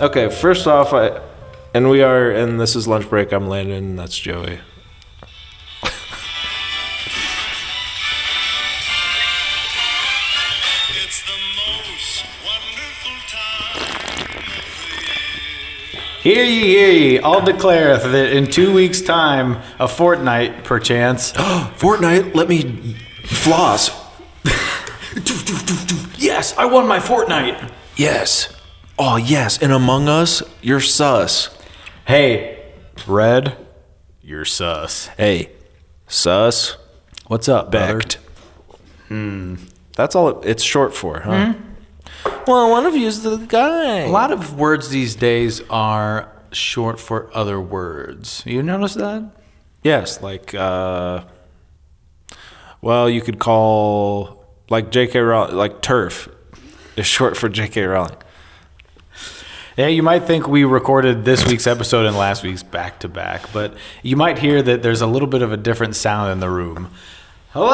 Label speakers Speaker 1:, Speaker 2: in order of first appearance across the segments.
Speaker 1: Okay, first off, I, and we are, and this is lunch break. I'm Landon, and that's Joey.
Speaker 2: It's the most wonderful time of the year.
Speaker 3: Hear ye, hear ye, all declareth that in two weeks' time, a fortnight perchance,
Speaker 1: Fortnite, let me floss. yes, I won my Fortnite. Yes. Oh, yes. And Among Us, you're sus.
Speaker 3: hey, Red, you're sus.
Speaker 1: Hey, sus.
Speaker 3: What's up,
Speaker 1: Becked. Hmm. That's all it, it's short for, huh? Well, one of you's the guy.
Speaker 3: A lot of words these days are short for other words. You notice that?
Speaker 1: Yes, like uh, well, you could call like J.K. Rowling, like turf is short for J.K. Rowling.
Speaker 3: Yeah, you might think we recorded this week's episode and last week's back to back, but you might hear that there's a little bit of a different sound in the room. Hello!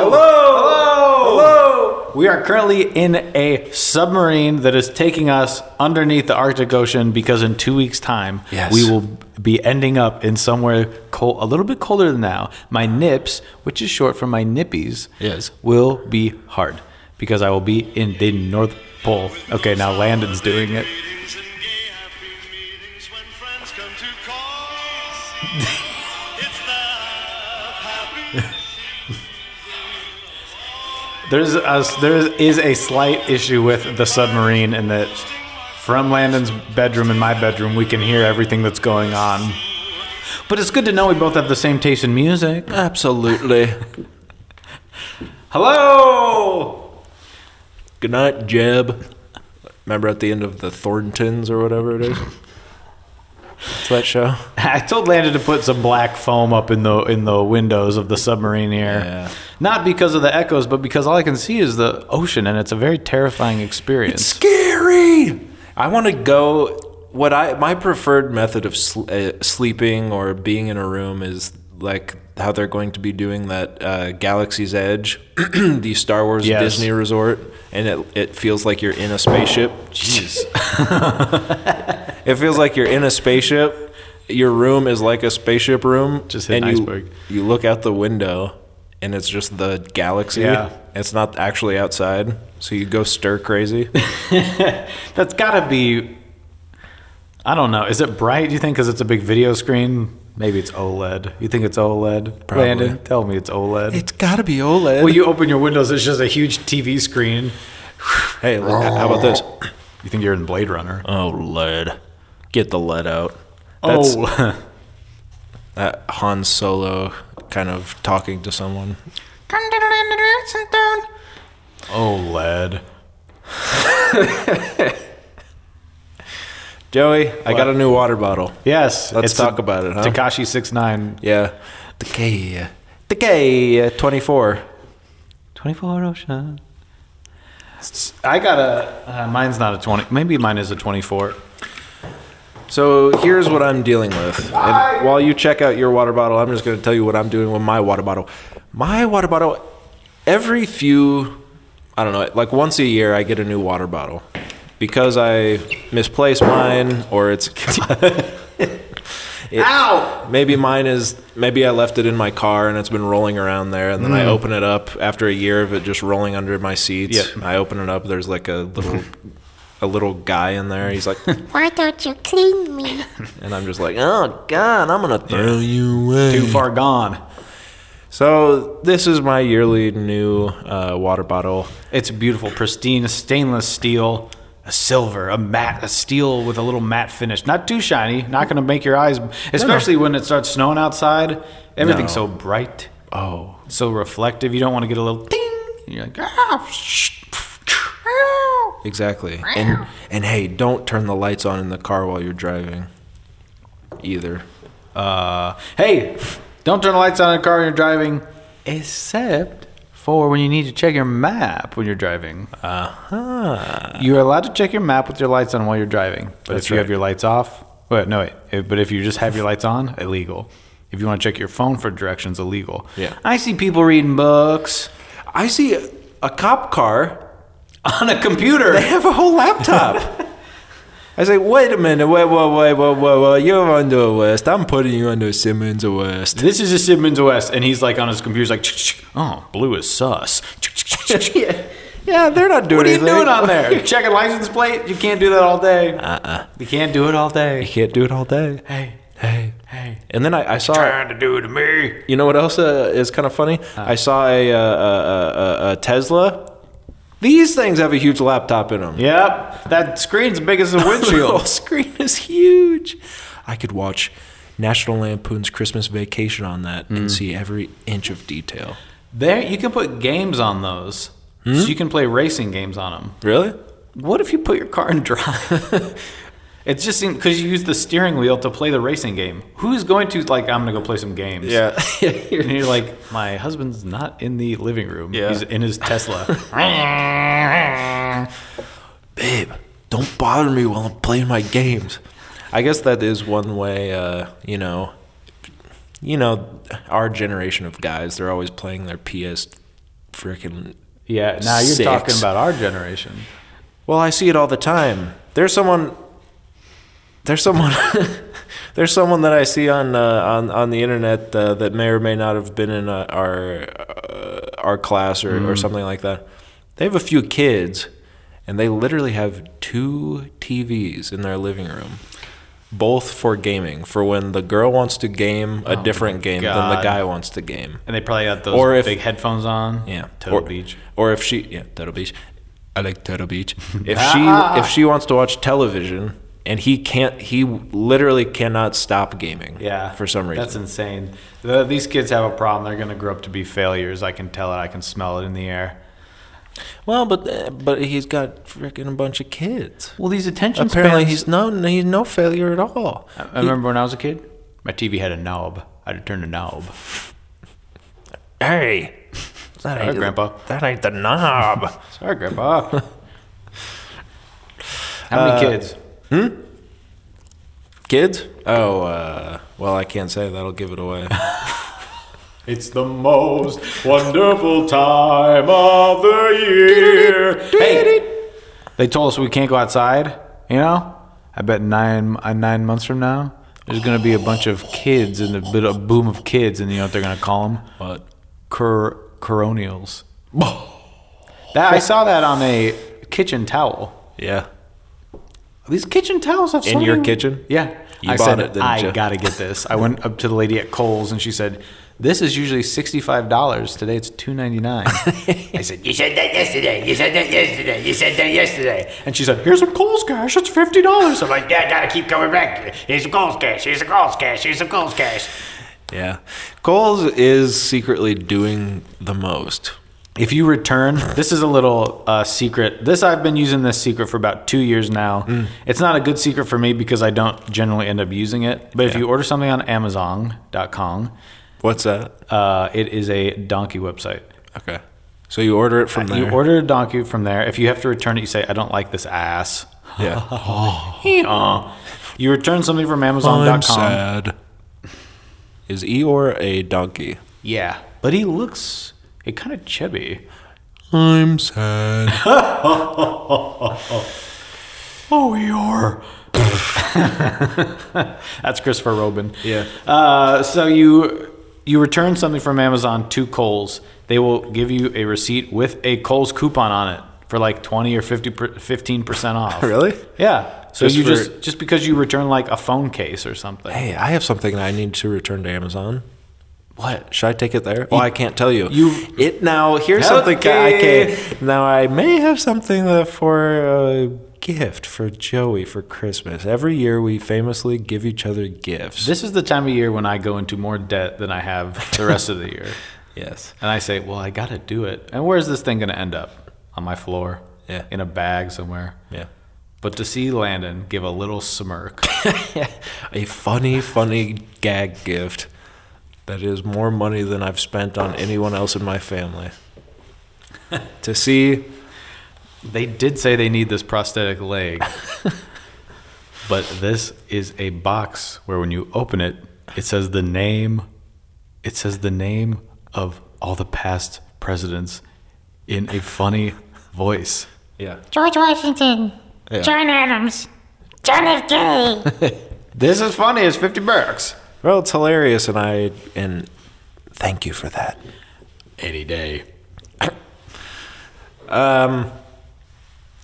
Speaker 3: Hello! Hello! Hello! We are currently in a submarine that is taking us underneath the Arctic Ocean because in two weeks' time,
Speaker 1: Yes.
Speaker 3: we will be ending up in somewhere cold, a little bit colder than now. My nips, which is short for my nippies,
Speaker 1: Yes.
Speaker 3: will be hard because I will be in the North Pole. Okay, now Landon's doing it.
Speaker 2: Meetings and gay happy meetings when friends come to call. it's the happy
Speaker 3: There's a, there is a slight issue with the submarine in that from Landon's bedroom and my bedroom, we can hear everything that's going on. But it's good to know we both have the same taste in music.
Speaker 1: Absolutely.
Speaker 3: Hello!
Speaker 1: Good night, Jeb. Remember at the end of the Thorntons or whatever it is. It's that show.
Speaker 3: I told Landon to put some black foam up in the in the windows of the submarine here.
Speaker 1: Yeah.
Speaker 3: Not because of the echoes, but because all I can see is the ocean and it's a very terrifying experience.
Speaker 1: Scary. I want to go. What I my preferred method of sl- uh, sleeping or being in a room is like how they're going to be doing that uh, Galaxy's Edge, the Star Wars
Speaker 3: Yes.
Speaker 1: Disney resort, and it it feels like you're in a spaceship. Jeez. it feels like you're in a spaceship. Your room is like a spaceship room.
Speaker 3: Just hit an
Speaker 1: and you-
Speaker 3: iceberg.
Speaker 1: You look out the window, and it's just the galaxy.
Speaker 3: Yeah.
Speaker 1: It's not actually outside, so you go stir crazy.
Speaker 3: That's gotta be. I don't know. Is it bright? You think because it's a big video screen? Maybe it's OLED. You think it's OLED?
Speaker 1: Probably.
Speaker 3: Landon, tell me it's OLED.
Speaker 1: gotta be OLED.
Speaker 3: well, you open your windows. It's just a huge TV screen.
Speaker 1: hey, look, how about this?
Speaker 3: You think you're in Blade Runner?
Speaker 1: Oh, lead. Get the lead out. That's
Speaker 3: oh,
Speaker 1: that Han Solo kind of talking to someone.
Speaker 3: OLED.
Speaker 1: Joey, I got a new water bottle.
Speaker 3: Yes.
Speaker 1: Let's talk about it, huh?
Speaker 3: Takashi six nine.
Speaker 1: Yeah. Decay. Decay 24.
Speaker 3: 24 ocean. I got a. Uh, mine's not a 20. Maybe mine is a 24.
Speaker 1: So here's what I'm dealing with. And while you check out your water bottle, I'm just going to tell you what I'm doing with my water bottle. My water bottle, every few, I don't know, like once a year, I get a new water bottle because I misplace mine or it's. It- Maybe mine is. Maybe I left it in my car and it's been rolling around there, and then I open it up after a year of it just rolling under my seats.
Speaker 3: Yep.
Speaker 1: I open it up. There's like a little, a little guy in there. He's like,
Speaker 4: Why don't you clean me?
Speaker 1: and I'm just like, oh god, I'm gonna throw you away.
Speaker 3: Too far gone.
Speaker 1: So this is my yearly new uh, water bottle.
Speaker 3: It's beautiful, pristine, stainless steel, a silver, a matte, a steel with a little matte finish. Not too shiny, not going to make your eyes, especially when it starts snowing outside. Everything's
Speaker 1: No.
Speaker 3: so bright,
Speaker 1: Oh,
Speaker 3: so reflective. You don't want to get a little ding. And you're like, ah, shh.
Speaker 1: exactly. And and hey, don't turn the lights on in the car while you're driving, either.
Speaker 3: Uh, hey, don't turn the lights on in the car when you're driving, except for when you need to check your map when you're driving.
Speaker 1: Uh huh.
Speaker 3: You're allowed to check your map with your lights on while you're driving. But
Speaker 1: That's
Speaker 3: if you
Speaker 1: right.
Speaker 3: have your lights off, wait, no, wait. If- But if you just have your lights on, illegal. If you want to check your phone for directions, illegal.
Speaker 1: Yeah.
Speaker 3: I see people reading books
Speaker 1: I see a, a cop car.
Speaker 3: on a computer.
Speaker 1: They have a whole laptop. I say, wait a minute, wait, wait, wait, wait, wait, wait. You're under arrest. I'm putting you under Simmons arrest.
Speaker 3: This is a Sidman's OS, and he's like on his computer, he's like, "Ch-ch-ch, oh, blue is sus. Ch-ch-ch-ch-ch.
Speaker 1: Yeah, they're not doing
Speaker 3: What are you
Speaker 1: anything.
Speaker 3: doing on there? Checking license plate? You can't do that all day. Uh-uh. You can't do it all day.
Speaker 1: Can't do it all day.
Speaker 3: Hey,
Speaker 1: Hey.
Speaker 3: hey.
Speaker 1: And then I, I saw.
Speaker 3: Trying to do to me.
Speaker 1: You know what else uh, is kind of funny? I saw a, uh, a, a, a Tesla. These things have a huge laptop in them.
Speaker 3: Yep. That screen's big as a
Speaker 1: The whole
Speaker 3: windshield.
Speaker 1: screen is huge. I could watch National Lampoon's Christmas Vacation on that and see every inch of detail.
Speaker 3: there, you can put games on those.
Speaker 1: Hmm?
Speaker 3: So you can play racing games on them.
Speaker 1: Really?
Speaker 3: What if you put your car in drive? it just seems because you use the steering wheel to play the racing game. Who's going to like? I'm gonna go play some games.
Speaker 1: Yeah.
Speaker 3: And you're like, my husband's not in the living room.
Speaker 1: Yeah.
Speaker 3: He's in his Tesla.
Speaker 1: Babe, don't bother me while I'm playing my games. I guess that is one way, uh, you know. You know, our generation of guys, they're always playing their PS freaking
Speaker 3: yeah. Now you're
Speaker 1: Six.
Speaker 3: talking about our generation.
Speaker 1: Well, I see it all the time. There's someone. There's someone. there's someone that I see on uh, on on the internet uh, that may or may not have been in uh, our uh, our class or, or something like that. They have a few kids, and they literally have two TVs in their living room. Both for gaming, for when the girl wants to game a different game than the
Speaker 3: God.
Speaker 1: guy wants to game.
Speaker 3: And they probably got those
Speaker 1: Or if-
Speaker 3: big headphones on.
Speaker 1: Yeah,
Speaker 3: Total
Speaker 1: or,
Speaker 3: Beach.
Speaker 1: Or if she, yeah, Turtle Beach. I like Turtle Beach. If she, if she wants to watch television and he can't, he literally cannot stop gaming.
Speaker 3: Yeah.
Speaker 1: for some reason.
Speaker 3: That's insane. The, these kids have a problem. They're gonna grow up to be failures. I can tell it. I can smell it in the air.
Speaker 1: well, but uh, but he's got freaking a bunch of kids.
Speaker 3: Well, these attention
Speaker 1: Apparently, he's no he's no failure at all.
Speaker 3: I I remember when I was a kid, my TV had a knob. I'd turn the knob.
Speaker 1: Hey, that
Speaker 3: Sorry,
Speaker 1: ain't
Speaker 3: Grandpa.
Speaker 1: That ain't the knob.
Speaker 3: Sorry, Grandpa. How
Speaker 1: Uh,
Speaker 3: many kids?
Speaker 1: kids? Oh, uh, well, I can't say that'll give it away.
Speaker 3: It's the most wonderful time of the year. Hey, they told us we can't go outside. You know, I bet nine uh, nine months from now, there's gonna be a bunch of kids and a bit of boom of kids, and you know what they're gonna call them?
Speaker 1: but
Speaker 3: Cor- coronials. that I saw that on a kitchen towel.
Speaker 1: yeah,
Speaker 3: These kitchen towels have so
Speaker 1: In your
Speaker 3: many-
Speaker 1: kitchen?
Speaker 3: Yeah,
Speaker 1: You
Speaker 3: I
Speaker 1: bought
Speaker 3: said
Speaker 1: it, didn't
Speaker 3: I
Speaker 1: you?"
Speaker 3: gotta get this. I went up to the lady at Kohl's and she said, "This is usually sixty-five dollars. Today it's two ninety-nine. I said,
Speaker 5: You said that yesterday. You said that yesterday. You said that yesterday.
Speaker 3: and she said, "Here's some Kohl's cash. It's fifty dollars." I'm
Speaker 5: I'm
Speaker 3: like,
Speaker 5: like, Dad, gotta keep coming back. Here's some Coles cash. Here's some Coles cash. Here's some Coles cash.
Speaker 1: yeah. Coles is secretly doing the most.
Speaker 3: if you return, this is a little uh, secret. This I've been using this secret for about two years now.
Speaker 1: Mm.
Speaker 3: It's not a good secret for me because I don't generally end up using it. But if
Speaker 1: Yeah.
Speaker 3: you order something on Amazon.com,
Speaker 1: What's that?
Speaker 3: uh, it is a donkey website.
Speaker 1: Okay. So Uh, you order it from there.
Speaker 3: You order a donkey from there. If you have to return it, you say, I don't like this ass.
Speaker 1: yeah.
Speaker 3: Uh, you return something from
Speaker 1: I'm
Speaker 3: Amazon.com.
Speaker 1: sad. Is Eeyore a donkey?
Speaker 3: Yeah. But he looks it kind of chubby.
Speaker 1: I'm sad.
Speaker 3: Oh, you're. That's Christopher Robin.
Speaker 1: Yeah.
Speaker 3: Uh, so you you return something from Amazon to Kohl's. They will give you a receipt with a Kohl's coupon on it for like 20 or 50 per, 15% off.
Speaker 1: Really?
Speaker 3: Yeah. So
Speaker 1: Just
Speaker 3: you
Speaker 1: for-
Speaker 3: just just because you return like a phone case or something.
Speaker 1: Hey, I have something I need to return to Amazon.
Speaker 3: What?
Speaker 1: Should I take it there? Well, I can't tell you.
Speaker 3: you-
Speaker 1: it now. Here's something I
Speaker 3: Okay.
Speaker 1: can. Now I may have something uh, for a gift for Joey for Christmas. Every year we famously give each other gifts.
Speaker 3: This is the time of year when I go into more debt than I have the rest of the year.
Speaker 1: yes.
Speaker 3: And I say, well, I got to do it. And where's this thing going to end up? On my floor?
Speaker 1: Yeah.
Speaker 3: In a bag somewhere?
Speaker 1: Yeah.
Speaker 3: But to see Landon give a little smirk,
Speaker 1: a funny, funny gag gift that is more money than I've spent on anyone else in my family. to see,
Speaker 3: they did say they need this prosthetic leg. but this is a box where when you open it, it says the name, it says the name of all the past presidents in a funny voice.
Speaker 1: yeah,
Speaker 4: George Washington.
Speaker 1: Yeah.
Speaker 4: John Adams. John F. Kennedy.
Speaker 3: This is funny. It's 50 bucks.
Speaker 1: Well, it's hilarious, and I and thank you for that.
Speaker 3: Any day. um,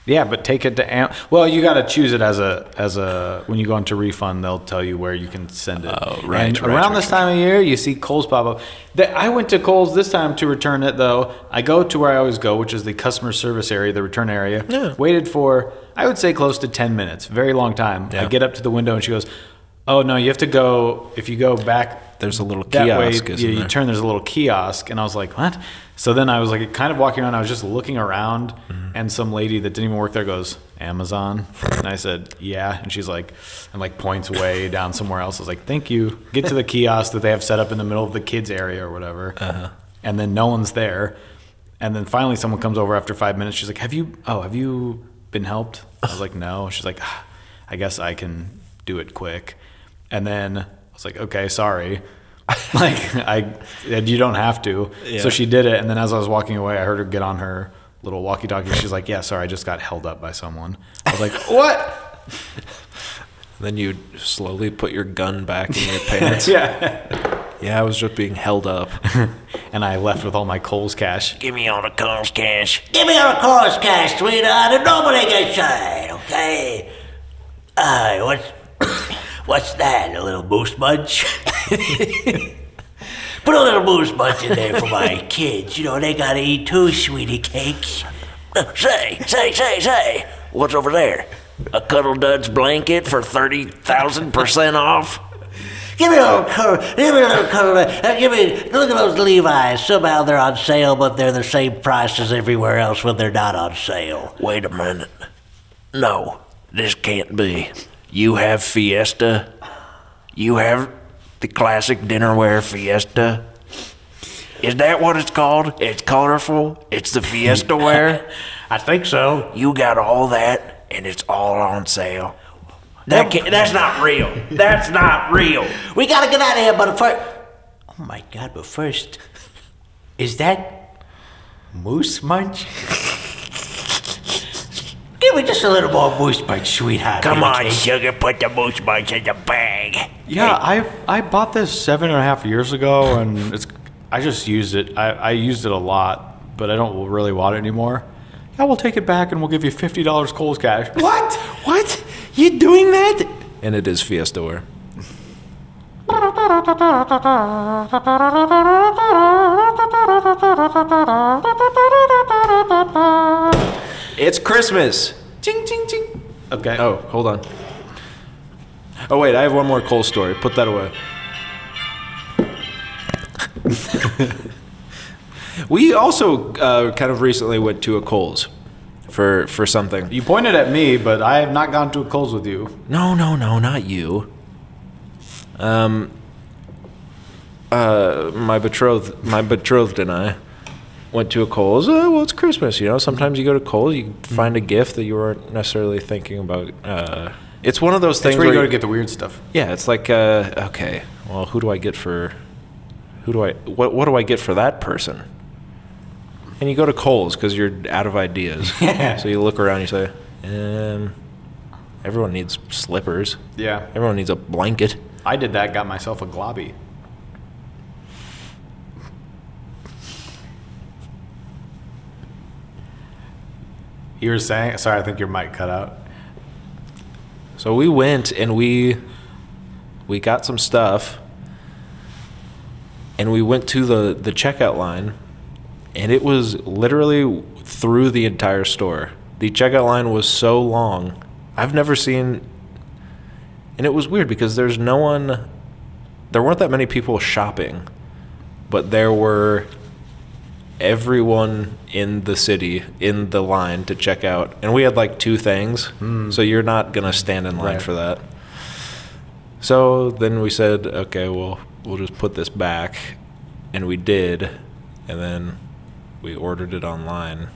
Speaker 3: yeah, but take it to Am- well. You got to choose it as a as a when you go into refund, they'll tell you where you can send it.
Speaker 1: Oh, right,
Speaker 3: And
Speaker 1: right,
Speaker 3: around
Speaker 1: right,
Speaker 3: this time of year, you see Kohl's pop up. That I went to Kohl's this time to return it though. I go to where I always go, which is the customer service area, the return area.
Speaker 1: Yeah.
Speaker 3: Waited for I would say close to ten minutes. Very long time.
Speaker 1: Yeah.
Speaker 3: I get up to the window and she goes, "Oh no, you have to go. If you go back,
Speaker 1: There's a little
Speaker 3: that
Speaker 1: kiosk,
Speaker 3: way,
Speaker 1: isn't
Speaker 3: yeah, you
Speaker 1: there?
Speaker 3: turn. There's a little kiosk, and I was like, "What?" So then I was like, kind of walking around. I was just looking around,
Speaker 1: Mm-hmm.
Speaker 3: and some lady that didn't even work there goes, "Amazon," and I said, "Yeah," and she's like, and like points way down somewhere else. I was like, "Thank you." Get to the kiosk that they have set up in the middle of the kids area or whatever,
Speaker 1: Uh-huh.
Speaker 3: and then no one's there. And then finally, someone comes over after five minutes. She's like, "Have you? Oh, have you been helped?" I was like, "No." She's like, "Ah, "I guess I can do it quick." And then I was like, "Okay, sorry." like I, and you don't have to.
Speaker 1: Yeah.
Speaker 3: So she did it, and then as I was walking away, I heard her get on her little walkie-talkie. She's like, "Yeah, sorry, I just got held up by someone." I was like, "What?"
Speaker 1: Then you slowly put your gun back in your pants.
Speaker 3: yeah.
Speaker 1: Yeah, I was just being held up.
Speaker 3: And I left with all my Coles cash.
Speaker 5: Give me all the cost cash. Give me all the cost cash, sweetheart, and nobody gets shot, okay? Aye, what's what's that? A little moose munch? Put a little moose munch in there for my kids. You know they gotta eat too, sweetie cakes. Uh, Say, say, say, say, what's over there? A cuddle duds blanket for thirty thousand percent off. Give me a little color. Give me a little color. Uh, give me. Look at those Levi's. Somehow they're on sale, but they're the same price as everywhere else when they're not on sale. Wait a minute. No, this can't be. You have Fiesta. You have the classic dinnerware Fiesta. Is that what it's called? It's colorful. It's the Fiesta wear.
Speaker 3: I think so.
Speaker 5: You got all that, and it's all on sale. That can't, that's not real. That's not real. We gotta get out of here, but first. Oh my god! But first, is that moose munch? Give me just a little more moose munch, sweetheart. Come on, sugar. Put the moose munch in the bag.
Speaker 3: Yeah, I I bought this seven and a half years ago, and it's I just used it. I, I used it a lot, but I don't really want it anymore. Yeah, we'll take it back, and we'll give you fifty dollars Coles cash.
Speaker 1: What? What? You doing that? And it is Fiesta wear. It's Christmas.
Speaker 3: Ching ching ching. Okay.
Speaker 1: Oh, hold on. Oh wait, I have one more Cole story. Put that away. we also uh, kind of recently went to a Cole's for for something.
Speaker 3: You pointed at me, but I have not gone to a Kohl's with you.
Speaker 1: No, no, no, not you. Um, uh, my betrothed, my betrothed and I went to a Kohl's. Uh, well, it's Christmas, you know. Sometimes you go to Kohl's, you find a gift that you weren't necessarily thinking about. Uh, it's one of those things
Speaker 3: That's where you
Speaker 1: where
Speaker 3: go to
Speaker 1: you-
Speaker 3: get the weird stuff.
Speaker 1: Yeah, it's like uh, okay, well, who do I get for? Who do I? What what do I get for that person? And you go to Kohl's because you're out of ideas. so you look around, you say, um, everyone needs slippers.
Speaker 3: Yeah.
Speaker 1: Everyone needs a blanket.
Speaker 3: I did that, got myself a globby. You were saying? Sorry, I think your mic cut out.
Speaker 1: So we went and we we got some stuff, and we went to the the checkout line, and it was literally through the entire store. The checkout line was so long. I've never seen, and it was weird because there's no one, there weren't that many people shopping, but there were everyone in the city in the line to check out, and we had like two things, so you're not gonna stand in line
Speaker 3: Hmm. Right.
Speaker 1: for that. So then we said, okay, well, we'll just put this back, and we did, and then we ordered it online,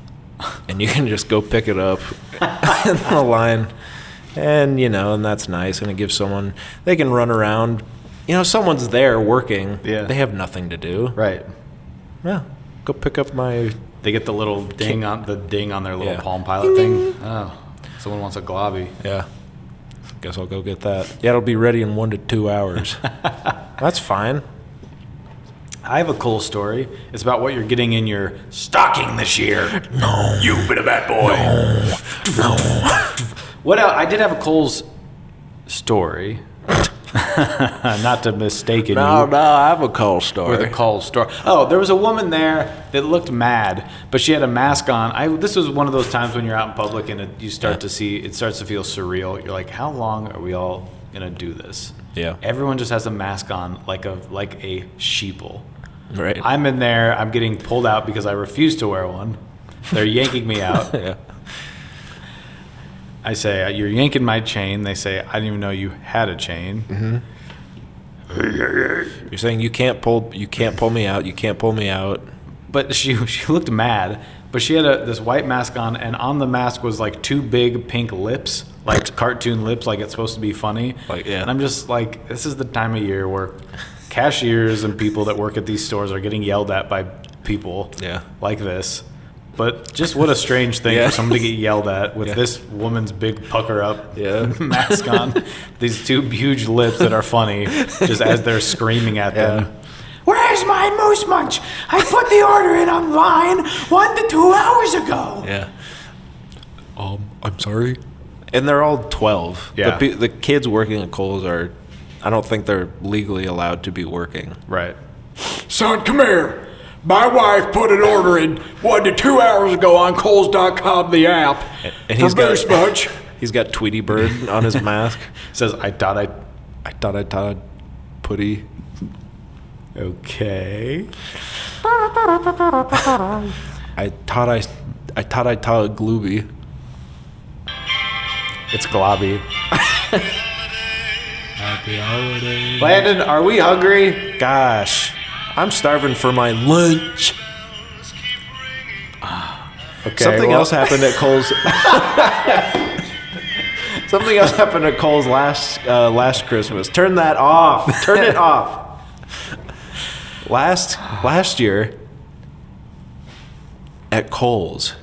Speaker 1: and you can just go pick it up in the line, and you know, and that's nice, and it gives someone they can run around. You know, someone's there working.
Speaker 3: Yeah.
Speaker 1: They have nothing to do.
Speaker 3: Right.
Speaker 1: Yeah. Go pick up my
Speaker 3: They get the little ding on the ding on their little
Speaker 1: Yeah.
Speaker 3: Palm Pilot thing. Oh, someone wants a globby.
Speaker 1: Yeah. guess I'll go get that. Yeah, it'll be ready in one to two hours. That's fine.
Speaker 3: I have a cool story. It's about what you're getting in your stocking this year. No. You've been a bad boy. No. what else? I did have a Cole's story. Not to mistake it. you.
Speaker 1: Oh, I have a call story.
Speaker 3: Or the cold store. Oh, there was a woman there that looked mad, but she had a mask on. I this was one of those times when you're out in public and it, you start to see it starts to feel surreal. You're like, how long are we all gonna do this?
Speaker 1: Yeah.
Speaker 3: Everyone just has a mask on, like a like a sheeple.
Speaker 1: right.
Speaker 3: I'm in there. I'm getting pulled out because I refuse to wear one. They're yanking me out.
Speaker 1: yeah.
Speaker 3: I say, "You're yanking my chain." They say, "I didn't even know you had a chain."
Speaker 1: You're saying you can't pull you can't pull me out. You can't pull me out.
Speaker 3: but she she looked mad. But she had a, this white mask on, and on the mask was like two big pink lips, like cartoon lips, like it's supposed to be funny.
Speaker 1: Like, yeah.
Speaker 3: And I'm just like, this is the time of year where cashiers and people that work at these stores are getting yelled at by people
Speaker 1: Yeah.
Speaker 3: like this. But just what a strange thing
Speaker 1: Yeah.
Speaker 3: for someone to get yelled at with this woman's big pucker up
Speaker 1: Yeah.
Speaker 3: mask on, these two huge lips that are funny, just as they're screaming at them. Where's my moose munch? I put the order in online one to two hours ago.
Speaker 1: Yeah. Um, I'm sorry. And they're all 12.
Speaker 3: Yeah.
Speaker 1: The, pe- the kids working at Kohl's are, I don't think they're legally allowed to be working.
Speaker 3: Right.
Speaker 6: Son, come here. My wife put an order in one to two hours ago on Coles.com, the app.
Speaker 1: and
Speaker 6: for
Speaker 1: he's got-
Speaker 6: Moose Munch.
Speaker 1: He's got Tweety Bird on his mask.
Speaker 3: Says I thought I.
Speaker 1: I thought I thought putty.
Speaker 3: Okay.
Speaker 1: I thought I, I thought I taught a glooby.
Speaker 3: It's globby. Happy holidays. Landon, are we hungry?
Speaker 1: Gosh, I'm starving for my lunch.
Speaker 3: Okay.
Speaker 1: Something
Speaker 3: well-
Speaker 1: else happened at Cole's. Something else happened at Cole's last uh, last Christmas. Turn that off. Turn it off. Last last year at Cole's.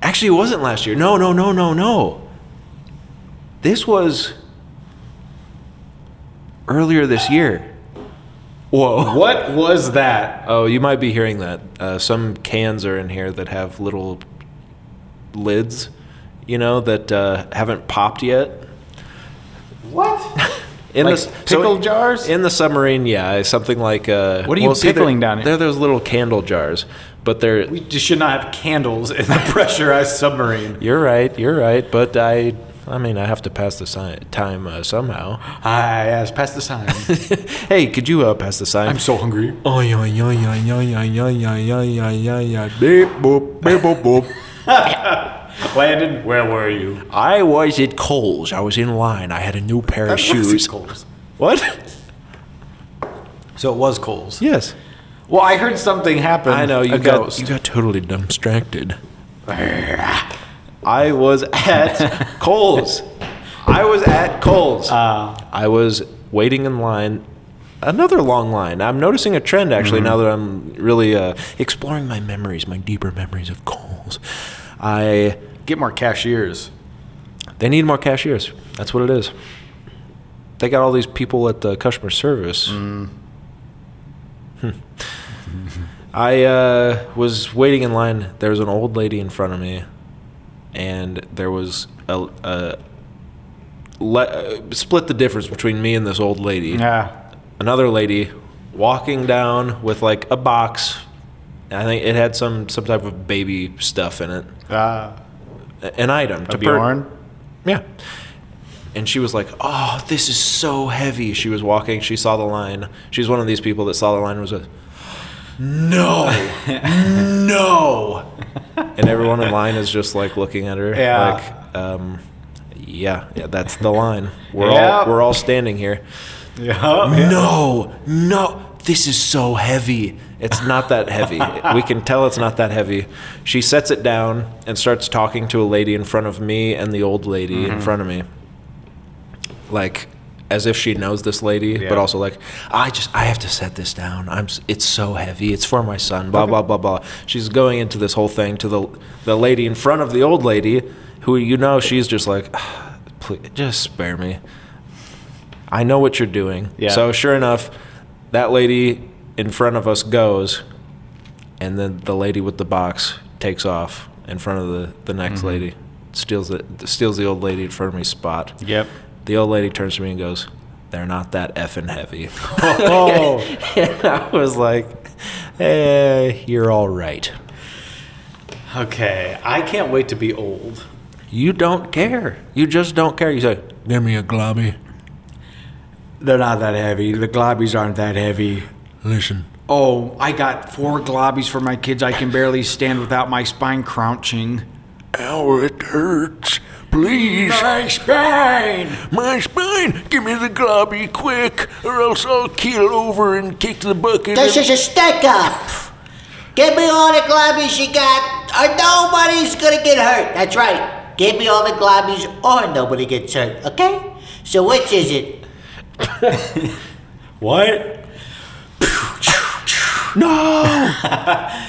Speaker 1: Actually, it wasn't last year. No, no, no, no, no. This was earlier this year. Whoa.
Speaker 3: What was that?
Speaker 1: Oh, you might be hearing that. Uh, some cans are in here that have little lids, you know, that uh, haven't popped yet.
Speaker 3: What?
Speaker 1: In
Speaker 3: Like
Speaker 1: the s-
Speaker 3: pickle jars?
Speaker 1: in the submarine, yeah, something like. Uh,
Speaker 3: What are you
Speaker 1: they're-
Speaker 3: pickling down here?
Speaker 1: They're those little candle jars, but they're.
Speaker 3: We just should not have candles in the pressurized submarine.
Speaker 1: you're right, you're right, but I, I mean, I have to pass the si- time uh, somehow.
Speaker 3: Ah, yes. Pass the sign.
Speaker 1: hey, could you uh, pass the sign?
Speaker 3: I'm so hungry.
Speaker 1: Oh yeah yeah yeah yeah yeah yeah yeah yeah yeah yeah yeah. Beep boop beep boop boop.
Speaker 3: Landon, where were you?
Speaker 1: I was at Kohl's. I was in line. I had a new pair of shoes.
Speaker 3: Coles.
Speaker 1: What?
Speaker 3: So it was Coles.
Speaker 1: Yes.
Speaker 3: Well, I heard something happen.
Speaker 1: I know you
Speaker 3: a
Speaker 1: got
Speaker 3: ghost.
Speaker 1: you got totally distracted. I was at Kohl's. I was at Kohl's. I was waiting in line. Another long line. I'm noticing a trend actually now that I'm really uh, exploring my memories, my deeper memories of Kohl's. I
Speaker 3: Get more cashiers.
Speaker 1: They need more cashiers. That's what it is. They got all these people at the customer service. Hmm. I uh, was waiting in line. There was an old lady in front of me, and there was a, a le- uh, split the difference between me and this old lady
Speaker 3: Yeah.
Speaker 1: another lady walking down with like a box. I think it had some some type of baby stuff in it,
Speaker 3: Ah.
Speaker 1: A- an item to pur-
Speaker 3: Bjorn.
Speaker 1: yeah. And she was like, "Oh, this is so heavy." She was walking. She saw the line. She's one of these people that saw the line and was like, "No, no," and everyone in line is just like looking at her.
Speaker 3: Yeah.
Speaker 1: Like, um, yeah, yeah. That's the line. We're
Speaker 3: Yep.
Speaker 1: all we're all standing here.
Speaker 3: Yeah.
Speaker 1: No, no. This is so heavy. It's not that heavy. we can tell it's not that heavy. She sets it down and starts talking to a lady in front of me and the old lady
Speaker 3: Mm-hmm.
Speaker 1: in front of me. Like as if she knows this lady,
Speaker 3: Yeah.
Speaker 1: but also like I just I have to set this down. I'm s- it's so heavy. It's for my son. Blah blah blah blah. She's going into this whole thing to the the lady in front of the old lady who you know she's just like "Ah, please, just spare me. I know what you're doing.
Speaker 3: Yeah.
Speaker 1: So sure enough, that lady in front of us goes, and then the lady with the box takes off in front of the, the next
Speaker 3: Mm-hmm.
Speaker 1: lady, steals the steals the old lady in front of me's spot.
Speaker 3: Yep.
Speaker 1: The old lady turns to me and goes, "They're not that effing heavy."
Speaker 3: Oh,
Speaker 1: and I was like, "Eh, you're all right.
Speaker 3: okay. I can't wait to be old.
Speaker 1: You don't care. You just don't care." You say,
Speaker 6: Give me a globby.
Speaker 3: They're not that heavy. The globbies aren't that heavy.
Speaker 6: Listen.
Speaker 7: Oh, I got four globbies for my kids. I can barely stand without my spine crouching.
Speaker 6: Ow, it hurts. Please. My spine. My spine. Give me the globby quick, or else I'll keel over and kick the bucket.
Speaker 8: This is a stick up. Give me all the globbies you got, or nobody's gonna get hurt. That's right. Give me all the globbies, or nobody gets hurt. Okay? So which is it?
Speaker 3: What?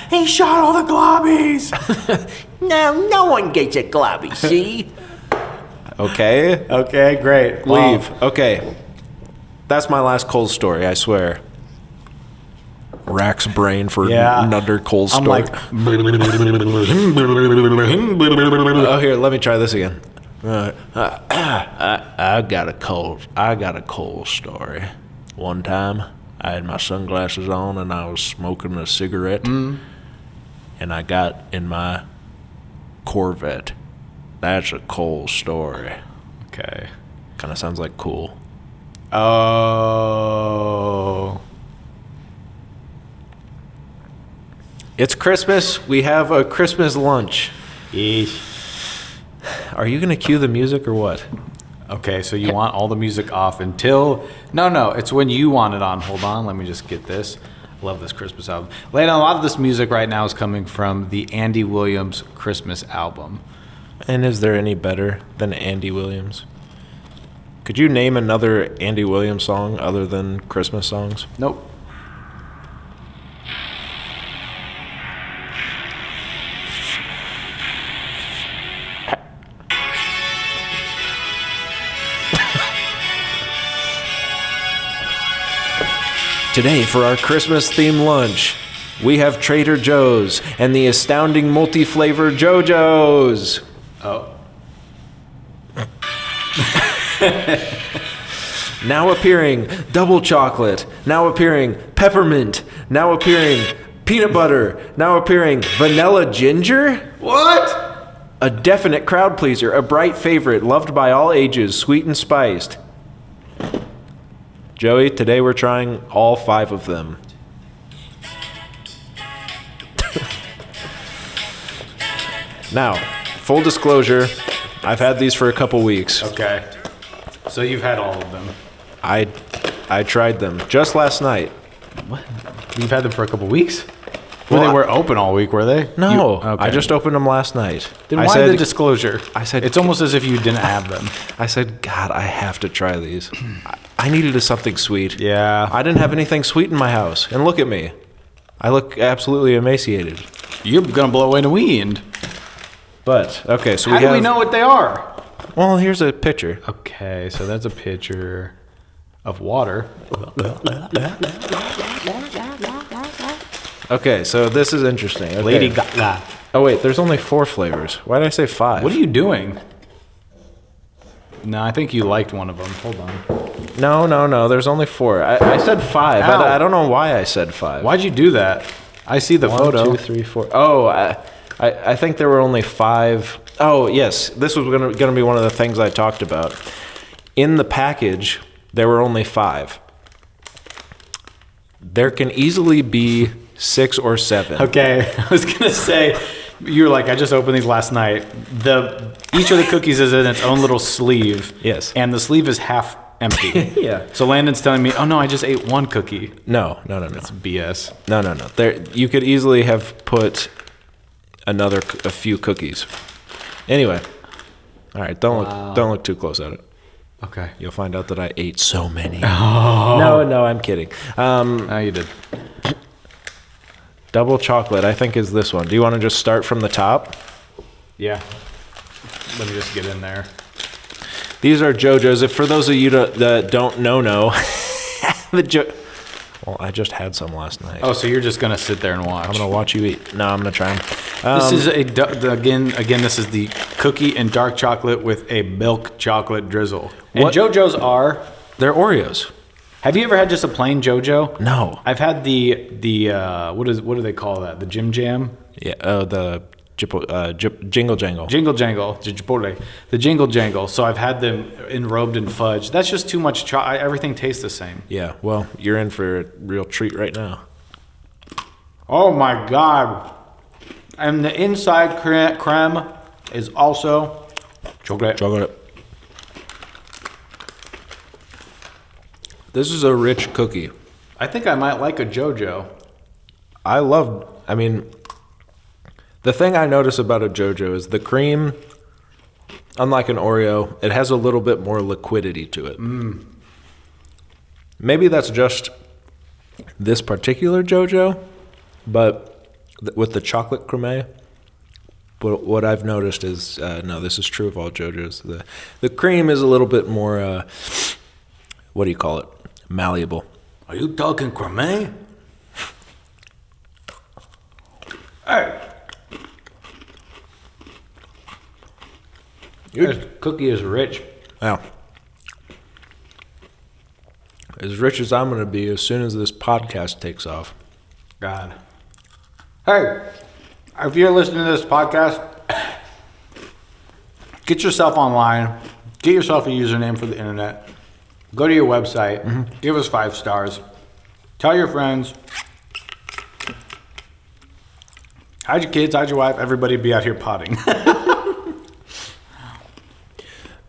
Speaker 7: He shot all the globbies.
Speaker 8: No, no one gets a globby. See?
Speaker 1: "Okay,
Speaker 3: Okay, great. Wow.
Speaker 1: leave." Okay, that's my last cold story. I swear. Racks brain for
Speaker 3: Yeah.
Speaker 1: another cold
Speaker 3: I'm
Speaker 1: story.
Speaker 3: like,
Speaker 1: Oh, here, let me try this again. Uh, I, I got a cold. I got a cold story. One time, I had my sunglasses on and I was smoking a cigarette, and I got in my Corvette. That's a cold story.
Speaker 3: okay.
Speaker 1: Kind of sounds like cool.
Speaker 3: Oh.
Speaker 1: It's Christmas. We have a Christmas lunch.
Speaker 3: Yeesh.
Speaker 1: Are you gonna cue the music or what?
Speaker 3: Okay, so you want all the music off until. No, no, it's when you want it on. Hold on, let me just get this. Love this Christmas album. Lena, a lot of this music right now is coming from the Andy Williams Christmas album.
Speaker 1: And is there any better than Andy Williams? Could you name another Andy Williams song other than Christmas songs?
Speaker 3: Nope.
Speaker 1: Today, for our Christmas theme lunch, we have Trader Joe's and the astounding multi flavor JoJo's.
Speaker 3: Oh.
Speaker 1: Now appearing double chocolate, now appearing peppermint, now appearing peanut butter, now appearing vanilla ginger.
Speaker 3: What?
Speaker 1: A definite crowd pleaser, a bright favorite, loved by all ages, sweet and spiced. Joey, today we're trying all five of them. now, full disclosure, I've had these for a couple weeks.
Speaker 3: Okay. So you've had all of them.
Speaker 1: I I tried them just last night.
Speaker 3: You've had them for a couple weeks?
Speaker 1: Well,
Speaker 3: Well,
Speaker 1: I-
Speaker 3: they were open all week, were they?
Speaker 1: No,
Speaker 3: You-
Speaker 1: I just opened them last night.
Speaker 3: Then
Speaker 1: I
Speaker 3: why
Speaker 1: said,
Speaker 3: the disclosure?
Speaker 1: I said-
Speaker 3: it's almost as if you didn't have them.
Speaker 1: I said, God, I have to try these. I- I needed a something sweet.
Speaker 3: Yeah.
Speaker 1: I didn't have anything sweet in my house, and look at me. I look absolutely emaciated.
Speaker 3: You're gonna blow away the wind.
Speaker 1: But okay, so we
Speaker 3: How
Speaker 1: have.
Speaker 3: do we know Oh. what they are?
Speaker 1: Well, here's a picture.
Speaker 3: Okay, so that's a pitcher of water.
Speaker 1: Okay, so this is interesting. Okay.
Speaker 3: Lady Gaga.
Speaker 1: Oh wait, there's only four flavors. Why did I say five?
Speaker 3: What are you doing? No, I think you liked one of them. Hold on.
Speaker 1: No, no, no. There's only four. I, I said five.
Speaker 3: Ow.
Speaker 1: I, I don't know why I said five.
Speaker 3: Why'd you do that? I see the
Speaker 1: One,
Speaker 3: photo.
Speaker 1: two, three, four. Oh, I, I, I think there were only five. Oh, yes. This was gonna gonna be one of the things I talked about. In the package, there were only five. There can easily be six or seven.
Speaker 3: Okay, I was gonna say, you're like, I just opened these last night. The each of the cookies is in its own little sleeve.
Speaker 1: Yes.
Speaker 3: And the sleeve is half empty.
Speaker 1: Yeah.
Speaker 3: So Landon's telling me, oh no, I just ate one cookie.
Speaker 1: No, no, no, no,
Speaker 3: BS.
Speaker 1: no, no, no. There, you could easily have put another c- a few cookies. Anyway, all right. Don't look. Don't look too close at it.
Speaker 3: Okay.
Speaker 1: You'll find out that I ate so many.
Speaker 3: Oh.
Speaker 1: No, no, I'm kidding. Um,
Speaker 3: Now you did.
Speaker 1: Double chocolate, I think, is this one. Do you want to just start from the top?
Speaker 3: Yeah. Let me just get in there.
Speaker 1: These are JoJo's. If for those of you that that don't know, know the jo- Well, I just had some last night.
Speaker 3: Oh, so you're just gonna sit there and watch?
Speaker 1: I'm gonna watch you eat. No, I'm gonna try Um, them.
Speaker 3: This is a du- the- again again. This is the cookie and dark chocolate with a milk chocolate drizzle. And
Speaker 1: What-
Speaker 3: JoJo's are.
Speaker 1: They're Oreos.
Speaker 3: Have you ever had just a plain JoJo?
Speaker 1: No.
Speaker 3: I've had the the uh, what is what do they call that? The Jim Jam,
Speaker 1: Yeah. Oh, the jipo, uh, jip, jingle jangle.
Speaker 3: Jingle Jangle, J- Chipotle, the Jingle Jangle. So I've had them enrobed in fudge. That's just too much. Cho- I- everything tastes the same.
Speaker 1: yeah. Well, you're in for a real treat right now.
Speaker 3: Oh my god! And the inside cre- creme is also chocolate.
Speaker 1: Chocolate. This is a rich cookie.
Speaker 3: I think I might like a JoJo.
Speaker 1: I love. I mean, the thing I notice about a JoJo is the cream. Unlike an Oreo, it has a little bit more liquidity to it. Maybe that's just this particular JoJo, but th- with the chocolate creme. But what I've noticed is, uh, no, this is true of all JoJos. The the cream is a little bit more. Uh, what do you call it? Malleable.
Speaker 5: Are you talking creme?
Speaker 3: Your cookie is rich.
Speaker 1: Wow. As rich as I'm going to be as soon as this podcast takes off.
Speaker 3: God. Hey, if you're listening to this podcast, get yourself online, get yourself a username for the internet, go to your website, give us five stars, tell your friends. How'd your kids? How'd your wife? Everybody be out here potting.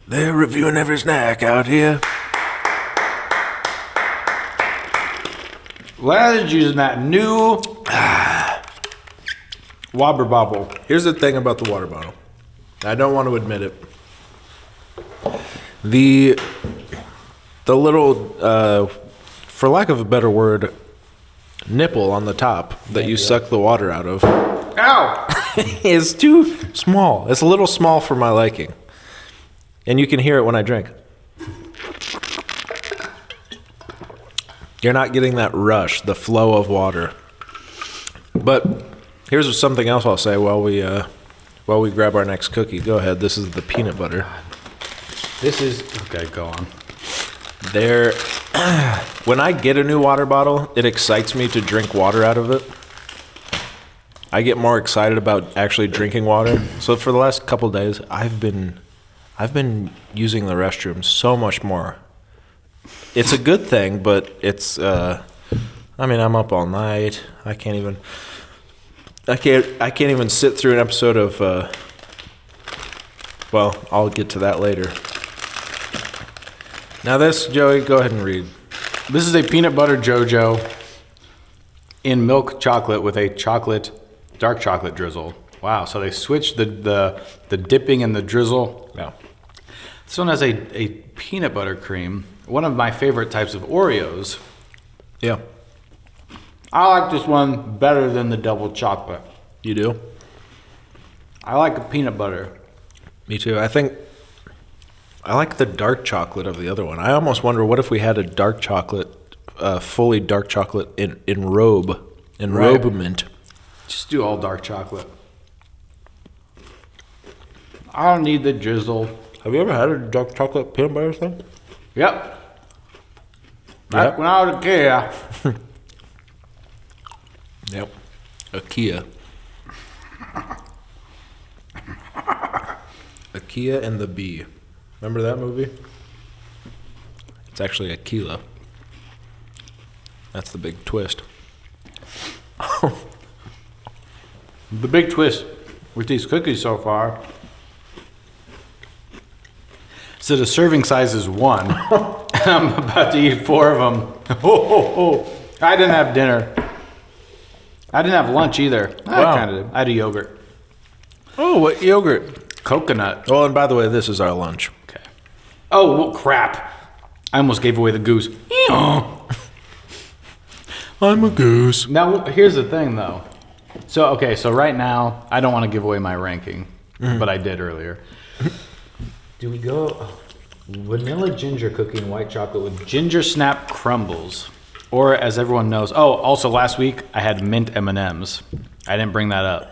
Speaker 6: They're reviewing every snack out here.
Speaker 3: Let's using that new Wobber Bobble.
Speaker 1: Here's the thing about the water bottle. I don't want to admit it. The the little uh, for lack of a better word nipple on the top that you suck the water out of
Speaker 3: Ow!
Speaker 1: is too small. It's a little small for my liking. And you can hear it when I drink. You're not getting that rush, the flow of water. But here's something else I'll say while we uh, while we grab our next cookie. Go ahead. This is the peanut butter.
Speaker 3: This is. Okay, go on.
Speaker 1: There, when I get a new water bottle, it excites me to drink water out of it. I get more excited about actually drinking water. So for the last couple days, I've been, I've been using the restroom so much more. It's a good thing, but it's. Uh, I mean, I'm up all night. I can't even. I can't. I can't even sit through an episode of. Uh, well, I'll get to that later. Now this, Joey, go ahead and read.
Speaker 3: This is a peanut butter JoJo in milk chocolate with a chocolate, dark chocolate drizzle. Wow! So they switched the the, the dipping and the drizzle.
Speaker 1: No.
Speaker 3: This one has a, a peanut butter cream, one of my favorite types of Oreos.
Speaker 1: Yeah.
Speaker 3: I like this one better than the double chocolate.
Speaker 1: You do?
Speaker 3: I like a peanut butter.
Speaker 1: Me too. I think I like the dark chocolate of the other one. I almost wonder what if we had a dark chocolate, uh, fully dark chocolate in, in robe, enrobement.
Speaker 3: Just do all dark chocolate. I don't need the drizzle.
Speaker 1: Have you ever had a dark chocolate peanut butter thing?
Speaker 3: Yep. Back
Speaker 1: Yep.
Speaker 3: when I was a kid, I-
Speaker 1: Yep. A Kia. a Kia and the Bee. Remember that movie? It's actually a Kila. That's the big twist.
Speaker 3: The big twist with these cookies so far is that a serving size is one. and I'm about to eat four of them. Oh, oh, oh. I didn't have dinner. I didn't have lunch either.
Speaker 1: Wow.
Speaker 3: I kind of did. I had a yogurt.
Speaker 1: Oh, what yogurt?
Speaker 3: Coconut.
Speaker 1: Oh, and by the way, this is our lunch.
Speaker 3: Okay. Oh, well, crap. I almost gave away the goose.
Speaker 1: I'm a goose.
Speaker 3: Now, here's the thing, though. So, okay, so right now, I don't want to give away my ranking, but I did earlier. Do we Mm-hmm. go? oh, Vanilla ginger cookie and white chocolate with ginger snap crumbles. Or as everyone knows, oh, also last week I had mint M and M's. I didn't bring that up.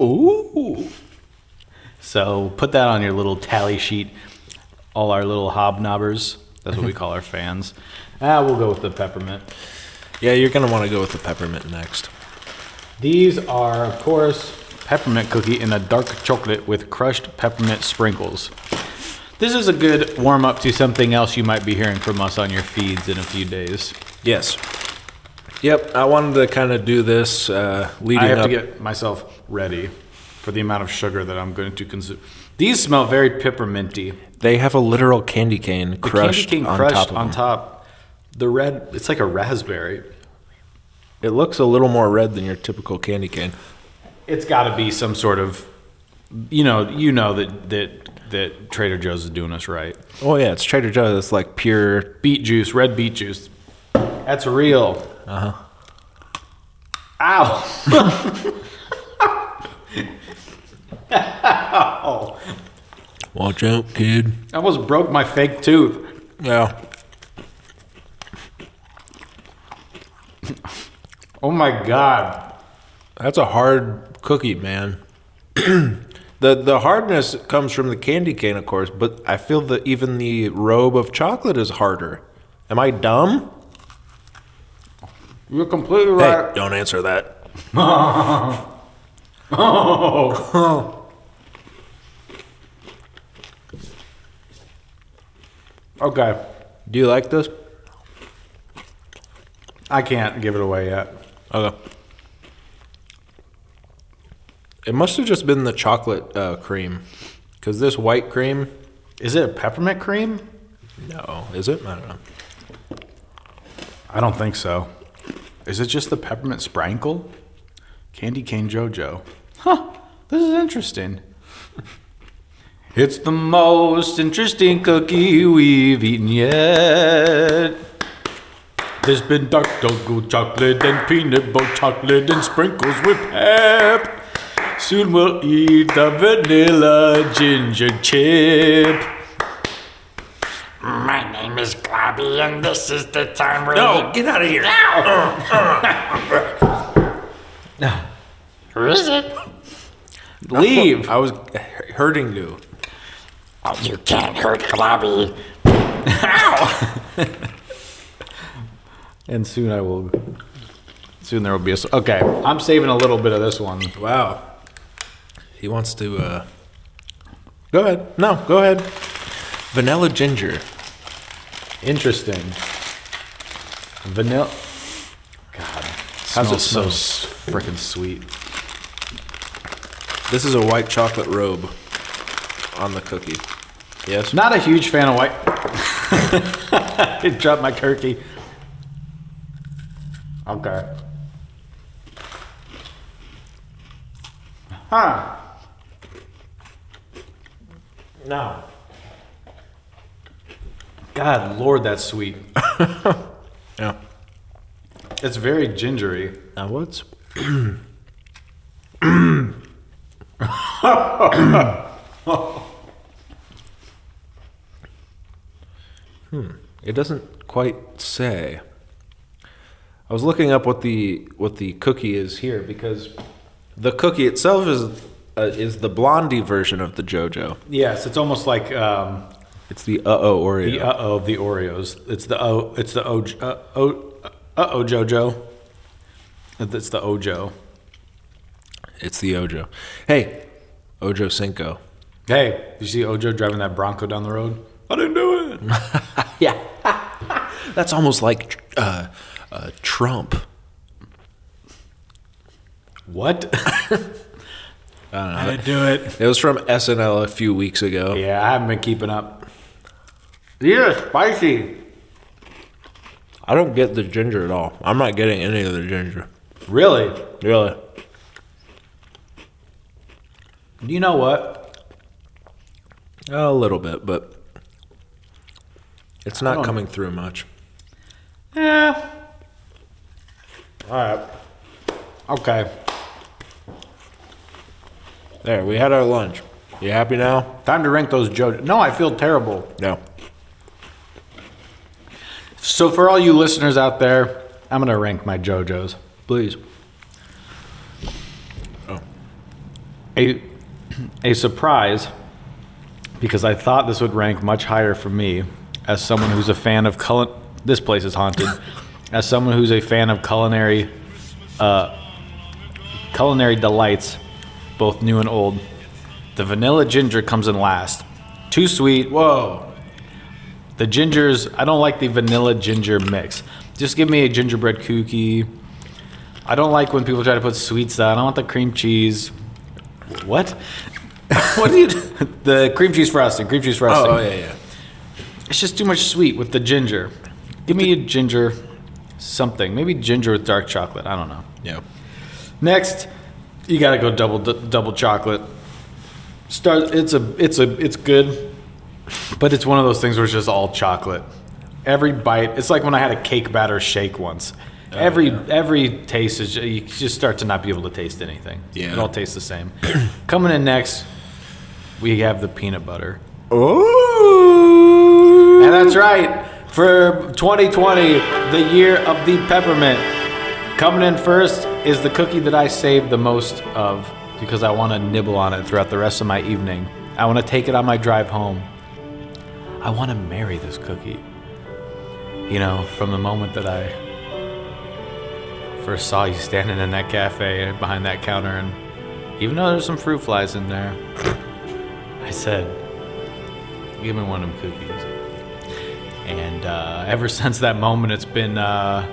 Speaker 3: Ooh. So put that on your little tally sheet. All our little hobnobbers. That's what we call our fans. Ah, we'll go with the peppermint.
Speaker 1: Yeah, you're gonna want to go with the peppermint next.
Speaker 3: These are, of course, peppermint cookie in a dark chocolate with crushed peppermint sprinkles. This is a good warm up to something else you might be hearing from us on your feeds in a few days.
Speaker 1: Yes. Yep. I wanted to kind of do this uh, leading
Speaker 3: I have
Speaker 1: up.
Speaker 3: to get myself ready for the amount of sugar that I'm going to consume. These smell very pepperminty.
Speaker 1: they have a literal candy cane
Speaker 3: The
Speaker 1: crushed
Speaker 3: candy cane
Speaker 1: on
Speaker 3: crushed
Speaker 1: top of
Speaker 3: on
Speaker 1: them.
Speaker 3: top. The red, it's like a raspberry.
Speaker 1: It looks a little more red than your typical candy cane.
Speaker 3: It's got to be some sort of, you know, you know that that that Trader Joe's is doing us right.
Speaker 1: Oh yeah, it's Trader Joe's. It's like pure.
Speaker 3: beet juice, red beet juice. That's real. Uh huh. Ow.
Speaker 1: Watch out, kid.
Speaker 3: I almost broke my fake tooth.
Speaker 1: Yeah.
Speaker 3: Oh my god.
Speaker 1: That's a hard cookie, man. the the hardness comes from the candy cane, of course, but I feel that even the robe of chocolate is harder. Am I dumb?
Speaker 3: You're completely
Speaker 1: Hey,
Speaker 3: right.
Speaker 1: don't answer that.
Speaker 3: Okay.
Speaker 1: Do you like this?
Speaker 3: I can't give it away yet.
Speaker 1: Okay. It must have just been the chocolate uh, cream, because this white cream.
Speaker 3: Is it a peppermint cream?
Speaker 1: No, is it? I don't know.
Speaker 3: I don't think so. Is it just the peppermint sprinkle? Candy cane JoJo. Huh. This is interesting. It's the most interesting cookie we've eaten yet. There's been dark chocolate, chocolate and peanut butter chocolate and sprinkles with pep. Soon we'll eat the vanilla ginger chip.
Speaker 9: My name is Globby, and this is the time where
Speaker 5: No, get out of here.
Speaker 9: Who is it?
Speaker 3: Leave.
Speaker 1: I was hurting you.
Speaker 9: Oh, you can't hurt Globby.
Speaker 3: And soon I will. Soon there will be a. s- Okay, I'm saving a little bit of this one.
Speaker 1: Wow. He wants to. Uh... Go ahead. No, go ahead. Vanilla ginger.
Speaker 3: Interesting. Vanilla. God, how's it so freaking sweet?
Speaker 1: This is a white chocolate robe on the cookie. Yes.
Speaker 3: Not a huge fan of white. it dropped my turkey. Okay. Huh. No. God, Lord, that's sweet.
Speaker 1: Yeah.
Speaker 3: It's very gingery.
Speaker 1: Now what's? hmm. It doesn't quite say. I was looking up what the what the cookie is here because the cookie itself is uh, is the blondie version of the JoJo.
Speaker 3: Yes, it's almost like um,
Speaker 1: It's the uh oh Oreo.
Speaker 3: the uh oh of the Oreos. It's the oh, it's the oh, uh oh, uh oh JoJo. It's the Ojo.
Speaker 1: it's the Ojo. Hey, Ojo Cinco.
Speaker 3: Hey, you see Ojo driving that Bronco down the road?
Speaker 1: I didn't do it. yeah. That's almost like uh, uh, Trump.
Speaker 3: What?
Speaker 7: I didn't do it.
Speaker 1: It was from SNL a few weeks ago.
Speaker 3: yeah, I haven't been keeping up. These are spicy.
Speaker 1: I don't get the ginger at all. I'm not getting any of the ginger.
Speaker 3: Really?
Speaker 1: Really?
Speaker 3: You know what?
Speaker 1: A little bit, but it's not
Speaker 3: don't-
Speaker 1: coming through much.
Speaker 3: Yeah. All right. Okay.
Speaker 1: There, we had our lunch. You happy now?
Speaker 3: Time to rank those JoJo. No, I feel terrible.
Speaker 1: No.
Speaker 3: So for all you listeners out there, I'm gonna rank my JoJos. Please.
Speaker 1: Oh.
Speaker 3: A a surprise because I thought this would rank much higher for me as someone who's a fan of culin this place is haunted. as someone who's a fan of culinary uh, culinary delights, both new and old. The vanilla ginger comes in last. Too sweet. Whoa. The gingers, I don't like the vanilla ginger mix. Just give me a gingerbread cookie. I don't like when people try to put sweets down. I want the cream cheese. What? what do you? the cream cheese frosting. Cream cheese frosting.
Speaker 1: Oh, oh, yeah, yeah.
Speaker 3: It's just too much sweet with the ginger. Give me a ginger something. Maybe ginger with dark chocolate. I don't know.
Speaker 1: Yeah.
Speaker 3: Next, you gotta go double d- double chocolate. Start. It's a. It's a. It's good, but it's one of those things where it's just all chocolate. Every bite, it's like when I had a cake batter shake once. every every taste is you just start to not be able to taste anything.
Speaker 1: Yeah.
Speaker 3: it all tastes the same. Coming in next, we have the peanut butter.
Speaker 1: Oh.
Speaker 3: And that's right. For 2020, the year of the peppermint. Coming in first is the cookie that I saved the most of because I want to nibble on it throughout the rest of my evening. I want to take it on my drive home. I want to marry this cookie. You know, from the moment that I first saw you standing in that cafe behind that counter, and even though there's some fruit flies in there, I said, Give me one of them cookies and uh, ever since that moment, it's been uh,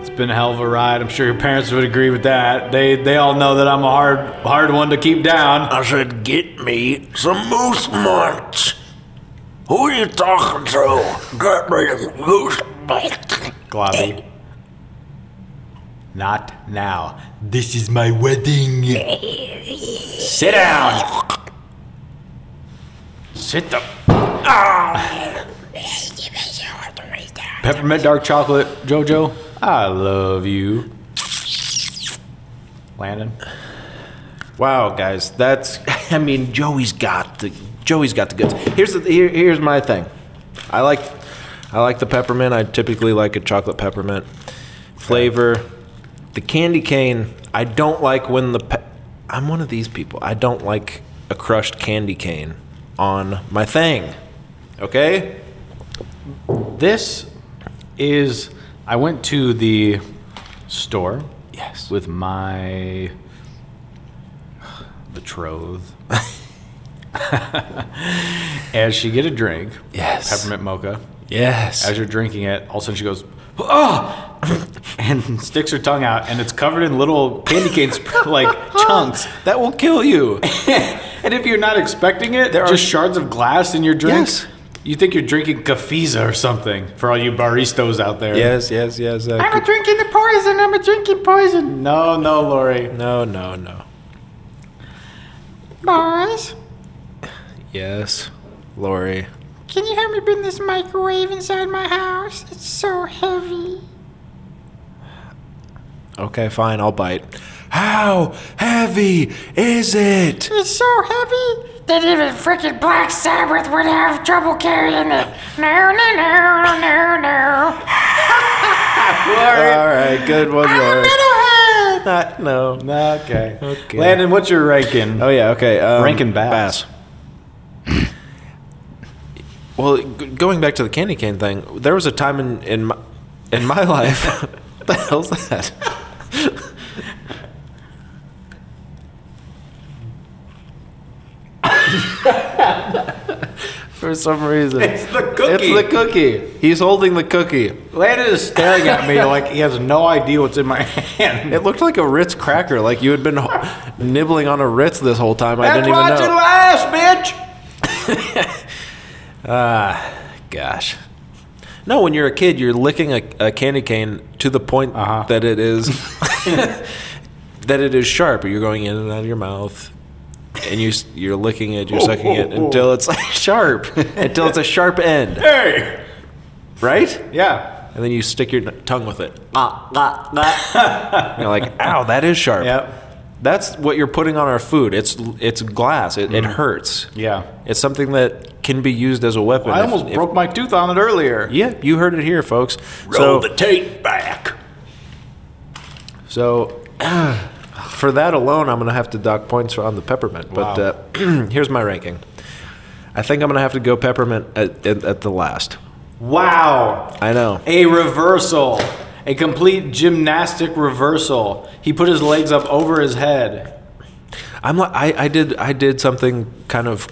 Speaker 3: it's been a hell of a ride. I'm sure your parents would agree with that. They they all know that I'm a hard hard one to keep down.
Speaker 6: I said, get me some moose munch. Who are you talking to? Get me a moose munch.
Speaker 3: Globby. Not now.
Speaker 6: This is my wedding.
Speaker 3: Sit down. Sit the. Ah. Peppermint dark chocolate, JoJo. I love you, Landon.
Speaker 1: Wow, guys, that's. I mean, Joey's got the Joey's got the goods. Here's the here, here's my thing. I like I like the peppermint. I typically like a chocolate peppermint flavor. The candy cane. I don't like when the. Pe- I'm one of these people. I don't like a crushed candy cane on my thing. Okay.
Speaker 3: This is. I went to the store. Yes. With my betrothed. As she get a drink,
Speaker 1: Yes.
Speaker 3: peppermint mocha.
Speaker 1: Yes.
Speaker 3: As you're drinking it, all of a sudden she goes, oh! and sticks her tongue out, and it's covered in little candy cane sp- like chunks.
Speaker 1: That will kill you.
Speaker 3: And if you're not expecting it, there just shards of glass in your drink.
Speaker 1: Yes.
Speaker 3: You think you're drinking Cafiza or something for all you baristas out there.
Speaker 1: Yes. Yes. Yes. uh,
Speaker 3: I'm a drinking the poison. I'm a drinking poison. No, no, Lori.
Speaker 1: no. No. No.
Speaker 4: Boys,
Speaker 1: Yes. Lori.
Speaker 4: can you help me bring this microwave inside my house? It's so heavy.
Speaker 1: Okay, fine, I'll bite. How heavy is it?
Speaker 4: It's so heavy that even freaking Black Sabbath would have trouble carrying it. No, no, no, no, no.
Speaker 1: All right, good one,
Speaker 4: I'm a
Speaker 1: Lori.
Speaker 4: metalhead.
Speaker 1: Not, no.
Speaker 3: Okay.
Speaker 1: Okay.
Speaker 3: Landon, what's your ranking?
Speaker 1: Oh yeah, okay. Um,
Speaker 3: Rankin Bass.
Speaker 1: well, g- going back to the candy cane thing, there was a time in in my, in my life. what the hell's that? For some reason, it's
Speaker 3: the
Speaker 1: It's the cookie. He's holding the cookie.
Speaker 3: Landon is staring at me like he has no idea what's in my hand.
Speaker 1: It looked like a Ritz cracker, like you had been h- nibbling on a Ritz this whole time. I didn't even know. Ah,
Speaker 3: ass, bitch.
Speaker 1: Gosh. No, when you're a kid, you're licking a, a candy cane to the point
Speaker 3: Uh-huh.
Speaker 1: that it is that it is sharp. You're going in and out of your mouth, and you s- you're licking it, you're sucking it
Speaker 3: Oh.
Speaker 1: until it's sharp, until it's a sharp end. Hey, right?
Speaker 3: Yeah.
Speaker 1: And then
Speaker 8: Uh,
Speaker 1: you stick your n- tongue with it. Ah, ah, ah. you're like, ow, that is sharp.
Speaker 3: Yep.
Speaker 1: That's what you're putting on our food. It's it's glass. It, it hurts.
Speaker 3: Mm. Yeah.
Speaker 1: It's something that can be used as a weapon.
Speaker 3: I
Speaker 1: if-
Speaker 3: almost
Speaker 1: if-
Speaker 3: broke my tooth on it earlier.
Speaker 1: Yeah, you heard it here, folks.
Speaker 6: Roll
Speaker 1: so
Speaker 6: Oh, the tape back.
Speaker 1: so for that alone, I'm gonna have to dock points on the peppermint. But uh, here's my ranking. I think I'm gonna have to go peppermint at, at, at the last.
Speaker 3: Wow.
Speaker 1: I know.
Speaker 3: A reversal. A complete gymnastic reversal. He put his legs up over his head.
Speaker 1: I'm like I, I did I did something kind of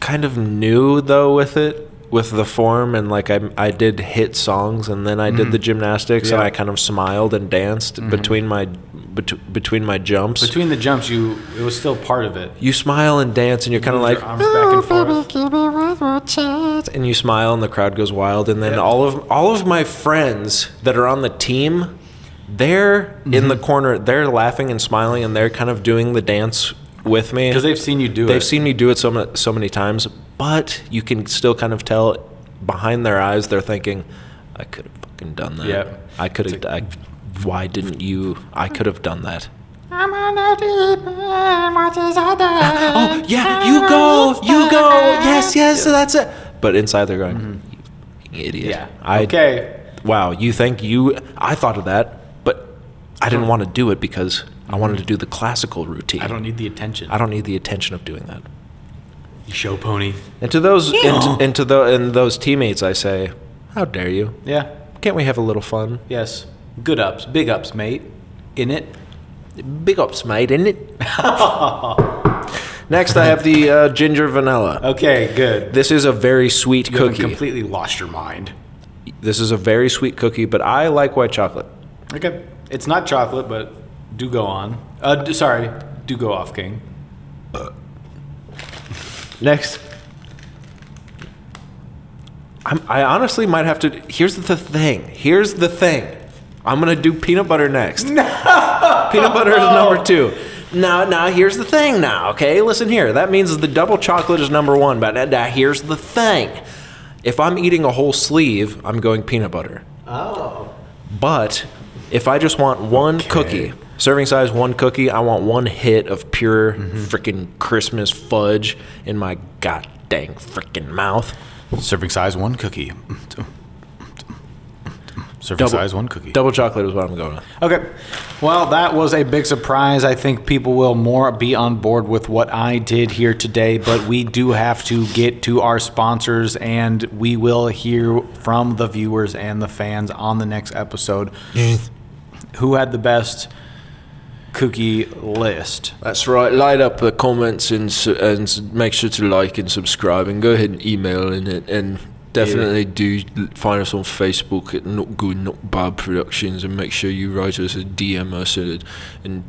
Speaker 1: kind of new though with it with the form and like I I did hit songs and then I did
Speaker 3: Mm.
Speaker 1: the gymnastics and I kind of smiled and danced between my bet- between my jumps.
Speaker 3: Mm-hmm. Between the jumps, you it was still part of it.
Speaker 1: you smile and dance and you're kind of like
Speaker 3: Your arms back and forth.
Speaker 4: Give me one more chance.
Speaker 1: and you smile and the crowd goes wild and then all of all of my friends that are on the team they're in
Speaker 3: Mm-hmm.
Speaker 1: the corner they're laughing and smiling and they're kind of doing the dance with me
Speaker 3: 'Cause they've seen you do
Speaker 1: they've
Speaker 3: it.
Speaker 1: seen me do it so many, so many times but you can still kind of tell behind their eyes they're thinking I could have fucking done that
Speaker 3: Yep.
Speaker 1: I could have I- why didn't you I could have done that
Speaker 4: I'm on the deep end. What is all that?
Speaker 1: oh yeah you go you go yes yes that's it but inside they're going "You idiot
Speaker 3: Mm-hmm. Yeah.
Speaker 1: I
Speaker 3: okay.
Speaker 1: wow, you think you, I thought of that, but I didn't want to do it because I wanted to do the classical routine.
Speaker 3: I don't need the attention.
Speaker 1: I don't need the attention of doing that.
Speaker 3: You show pony.
Speaker 1: And to those, and, and to tho- and those teammates, I say, how dare you?
Speaker 3: Yeah.
Speaker 1: Can't we have a little fun?
Speaker 3: Yes. Good ups. Big ups, mate. In it.
Speaker 1: Big ups, mate, isn't it? Next, I have the uh, ginger vanilla.
Speaker 3: Okay. Good.
Speaker 1: This is a very sweet
Speaker 3: You haven't
Speaker 1: cookie.
Speaker 3: completely lost your mind.
Speaker 1: this is a very sweet cookie, but I like white chocolate.
Speaker 3: Okay. It's not chocolate, but do go on. Uh, d- sorry. Do go off, King.
Speaker 1: Next. I'm, I honestly might have to. Here's the thing. Here's the thing. I'm gonna do peanut butter next. No. Peanut butter is number two. Now, now here's the thing. Now, okay, listen here. That means the double chocolate is number one. But now, now here's the thing. If I'm eating a whole sleeve, I'm going peanut butter. Oh. But if I just want one cookie, serving size one cookie, I want one hit of pure freaking Christmas fudge in my god dang freaking mouth.
Speaker 3: Serving size one cookie. Serving size one cookie.
Speaker 1: Double chocolate is what I'm going with.
Speaker 3: Okay. Well, that was a big surprise. I think people will more be on board with what I did here today, but we do have to get to our sponsors and we will hear from the viewers and the fans on the next episode who had the best cookie list.
Speaker 1: That's right. Light up the comments and su- and s- make sure to like and subscribe and go ahead and email in it and definitely do l- find us on Facebook at Not Good Not Bad Productions and make sure you write us a DM us and, and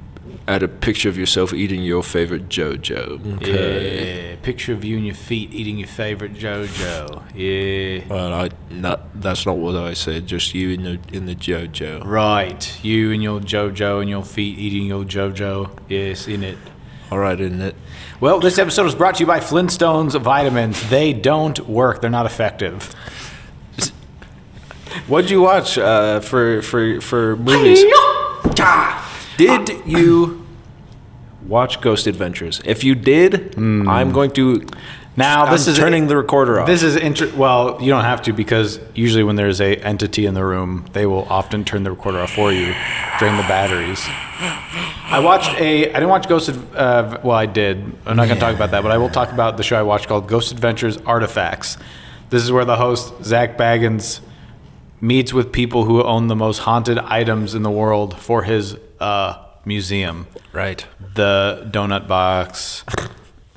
Speaker 1: add a picture of yourself eating your favorite JoJo. Okay.
Speaker 3: Yeah, picture of you and your feet eating your favorite JoJo. Yeah.
Speaker 1: Well, I that, that's not what I said. Just you in the in the JoJo.
Speaker 3: Right, you and your JoJo and your feet eating your JoJo. Yes, in it.
Speaker 1: All right, isn't it?
Speaker 3: Well, this episode is brought to you by Flintstones Vitamins. They don't work, they're not effective.
Speaker 1: What'd you watch uh, for for for movies? Did you watch Ghost Adventures? If you did, I'm going to.
Speaker 3: Hmm. Now, this
Speaker 1: I'm
Speaker 3: is
Speaker 1: turning the recorder off.
Speaker 3: This is inter- well, you don't have to because usually when there's a entity in the room, they will often turn the recorder off for you, drain the batteries. I watched a. I didn't watch Ghost. Ad- Uh, well, I did. I'm not going to talk about that, but I will talk about the show I watched called Ghost Adventures Artifacts. This is where the host Zach Baggins meets with people who own the most haunted items in the world for his uh, museum.
Speaker 1: right.
Speaker 3: The donut box.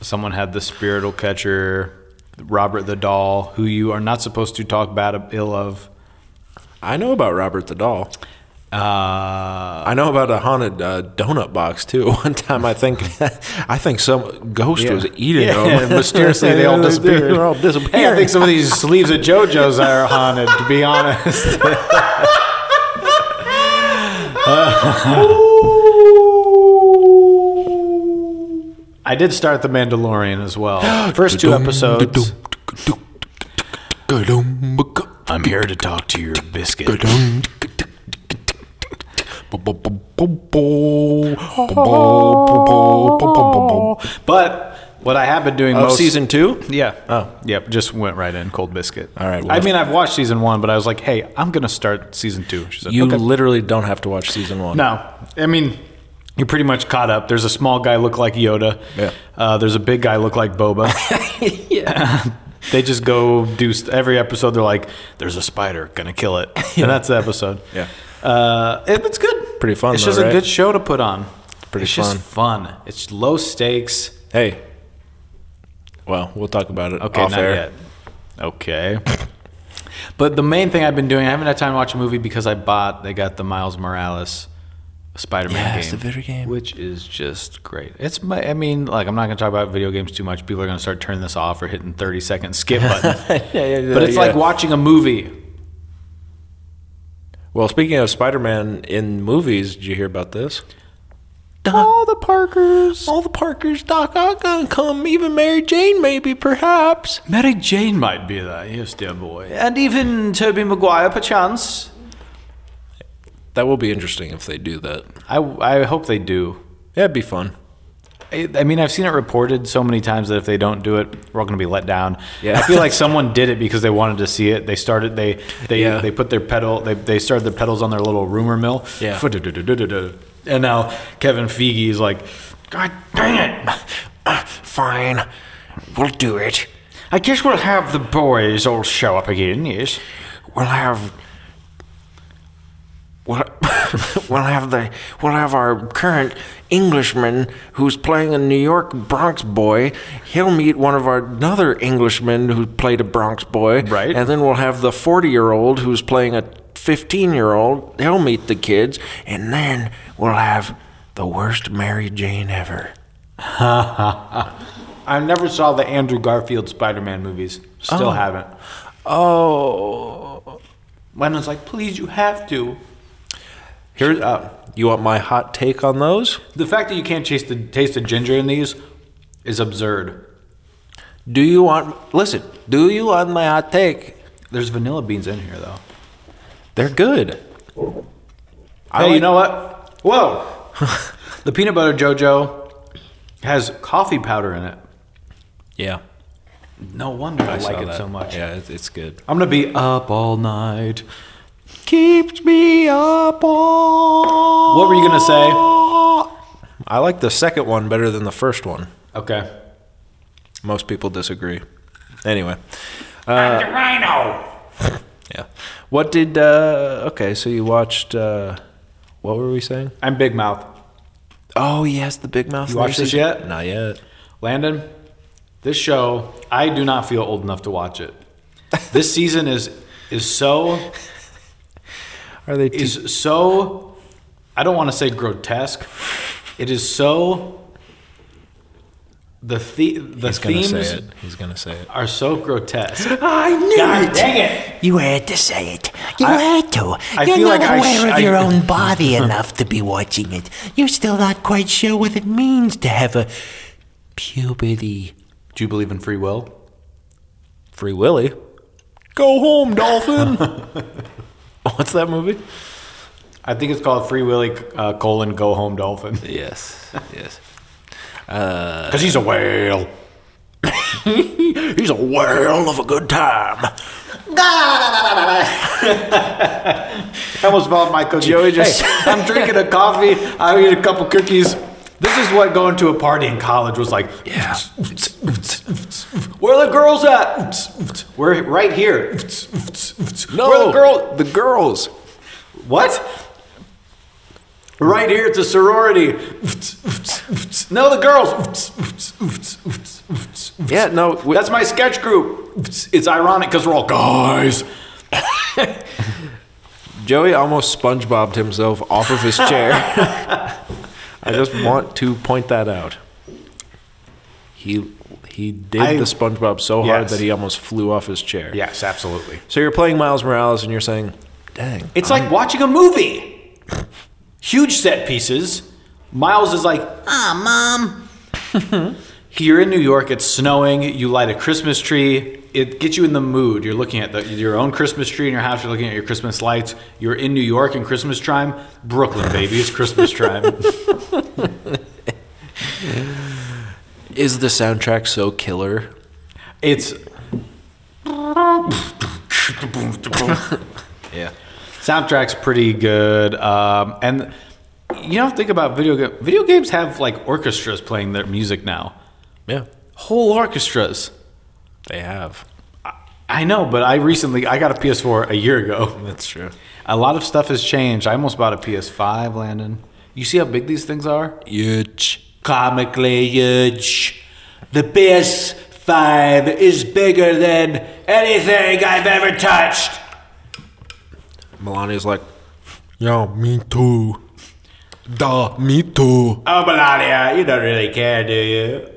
Speaker 3: Someone had the spiritual catcher. Robert the doll, who you are not supposed to talk bad ill of.
Speaker 1: I know about Robert the Doll.
Speaker 3: Uh,
Speaker 1: I know about a haunted uh, donut box too. One time, I think, I think some ghost was eating them.
Speaker 3: mysteriously they all disappeared.
Speaker 1: They're all
Speaker 3: Hey, I
Speaker 1: disappeared.
Speaker 3: think some of these sleeves of JoJo's are haunted. To be honest. I did start The Mandalorian as well. First two episodes. I'm here to talk to your biscuit. Oh, But what I have been doing
Speaker 1: Of
Speaker 3: most
Speaker 1: Oh, season two?
Speaker 3: yeah.
Speaker 1: Oh.
Speaker 3: Yep. Just went right in cold biscuit.
Speaker 1: All right,
Speaker 3: I
Speaker 1: well-
Speaker 3: mean, I've watched season one, but I was like, hey, I'm gonna start season two. She said,
Speaker 1: You
Speaker 3: okay.
Speaker 1: literally don't have to watch season one.
Speaker 3: No, I mean, you're pretty much caught up. There's a small guy look like Yoda.
Speaker 1: Yeah.
Speaker 3: Uh, there's a big guy look like Boba. yeah. they just go do st- every episode. They're like, "There's a spider, gonna kill it," and that's the episode.
Speaker 1: Yeah.
Speaker 3: Uh, it- it's good.
Speaker 1: Pretty fun
Speaker 3: It's
Speaker 1: though,
Speaker 3: just
Speaker 1: right?
Speaker 3: a good show to put on. It's
Speaker 1: pretty
Speaker 3: it's Just fun. It's low stakes.
Speaker 1: Hey. Well, we'll talk about it.
Speaker 3: Okay,
Speaker 1: off
Speaker 3: not
Speaker 1: air.
Speaker 3: yet. Okay. but the main thing I've been doing, I haven't had time to watch a movie because I bought. They got the Miles Morales Spider-Man game.
Speaker 1: Yes, the video game.
Speaker 3: which is just great. It's my, I mean, like I'm not gonna talk about video games too much. People are gonna start turning this off or hitting 30 second skip button. but it's like watching a movie.
Speaker 1: Well, speaking of Spider-Man in movies, did you hear about this?
Speaker 3: All the Parkers.
Speaker 1: All the Parkers, Doc Ock gonna come, even Mary Jane, maybe, perhaps.
Speaker 3: Mary Jane might be there. Yes, dear boy. And even Toby Maguire, perchance.
Speaker 1: That will be interesting if they do that.
Speaker 3: I, I hope they do.
Speaker 1: Yeah, it'd be fun.
Speaker 3: I I mean, I've seen it reported so many times that if they don't do it, we're all going to be let down.
Speaker 1: Yeah.
Speaker 3: I feel like someone did it because they wanted to see it. They started they they
Speaker 1: Yeah.
Speaker 3: they put their pedal they they started their pedals on their little rumor mill.
Speaker 1: Yeah.
Speaker 3: And now Kevin Feige is like,
Speaker 6: God dang it! Fine, we'll do it.
Speaker 3: I guess we'll have the boys all show up again. Yes.
Speaker 6: We'll have. We'll, we'll have the we'll have our current Englishman who's playing a New York Bronx boy. He'll meet one of our another Englishman who played a Bronx boy.
Speaker 3: Right.
Speaker 6: And then we'll have the forty-year-old who's playing a fifteen-year-old. He'll meet the kids, and then we'll have the worst Mary Jane ever.
Speaker 3: I never saw the Andrew Garfield Spider-Man movies. Still haven't.
Speaker 1: Oh.
Speaker 3: Lennon's like, please, you have to.
Speaker 1: Here, uh, you want my hot take on those?
Speaker 3: The fact that you can't taste the taste of ginger in these is absurd.
Speaker 1: Do you want, listen, do you want my hot take?
Speaker 3: There's vanilla beans in here though.
Speaker 1: They're good.
Speaker 3: Hey, you know what? Whoa! the peanut butter JoJo has coffee powder in it.
Speaker 1: Yeah.
Speaker 3: No wonder I, like it so much.
Speaker 1: Yeah, it's, it's good.
Speaker 3: I'm gonna be up all night. Keeps me up all. What were you gonna say?
Speaker 1: I like the second one better than the first one.
Speaker 3: Okay.
Speaker 1: Most people disagree. Anyway,
Speaker 9: I'm the rhino.
Speaker 1: yeah. What did, uh, okay, so you watched, uh, what were we saying?
Speaker 3: I'm Big Mouth.
Speaker 1: Oh, yes, the Big Mouth.
Speaker 3: You watched
Speaker 1: Nation.
Speaker 3: this yet?
Speaker 1: Not yet.
Speaker 3: Landon, this show, I do not feel old enough to watch it. This season is is so
Speaker 1: Are they? T-
Speaker 3: is so I don't want to say grotesque. It is so the the the
Speaker 1: he's gonna
Speaker 3: themes
Speaker 1: say it. He's gonna say it.
Speaker 3: are so grotesque.
Speaker 8: God
Speaker 3: Dang it!
Speaker 8: You had to say it. You had to.
Speaker 3: I
Speaker 8: You're
Speaker 3: feel
Speaker 8: not
Speaker 3: like I
Speaker 8: aware
Speaker 3: sh-
Speaker 8: of
Speaker 3: I-
Speaker 8: your own body enough to be watching it. You're still not quite sure what it means to have a puberty.
Speaker 3: Do you believe in free will?
Speaker 1: Free Willy. Go home, dolphin. What's that movie?
Speaker 3: I think it's called Free Willy uh, colon Go Home Dolphin
Speaker 1: Yes. Yes.
Speaker 3: because he's a whale.
Speaker 6: He's a whale of a good time.
Speaker 3: I almost fell off my cookie.
Speaker 1: Joey just-
Speaker 3: Hey, I'm drinking a coffee. I eat a couple cookies. This is what going to a party in college was like. Yeah. Where are the girls at? We're right here.
Speaker 1: No,
Speaker 3: Where are the girl?
Speaker 1: The girls.
Speaker 3: What? Right here, it's a sorority. No, the girls.
Speaker 1: Yeah. No. we-
Speaker 3: That's my sketch group. It's ironic because we're all guys.
Speaker 1: Joey almost SpongeBobbed himself off of his chair. I just want to point that out. He he did
Speaker 3: I-
Speaker 1: the SpongeBob so hard
Speaker 3: Yes.
Speaker 1: that he almost flew off his chair.
Speaker 3: Yes, absolutely.
Speaker 1: So you're playing Miles Morales and you're saying, "Dang,
Speaker 3: It's like watching a movie. Huge set pieces. Miles is like, ah, mom. Here in New York, it's snowing. You light a Christmas tree. it gets you in the mood. You're looking at the, your own Christmas tree in your house. You're looking at your Christmas lights. You're in New York in Christmas time. Brooklyn, baby, it's Christmas time.
Speaker 1: Is the soundtrack so killer?
Speaker 3: It's yeah. Soundtrack's pretty good, um, and you don't think about video game. Video games have like orchestras playing their music now.
Speaker 1: Yeah,
Speaker 3: Whole orchestras.
Speaker 1: they have.
Speaker 3: I know, but I recently I got a PS4 a year ago.
Speaker 1: That's true.
Speaker 3: A lot of stuff has changed. I almost bought a PS5, Landon. You see how big these things are?
Speaker 1: Huge.
Speaker 5: Comically huge. The PS5 is bigger than anything I've ever touched.
Speaker 1: Melania's like, yo, me too. Duh, me too.
Speaker 5: Oh, Melania, you don't really care, do you?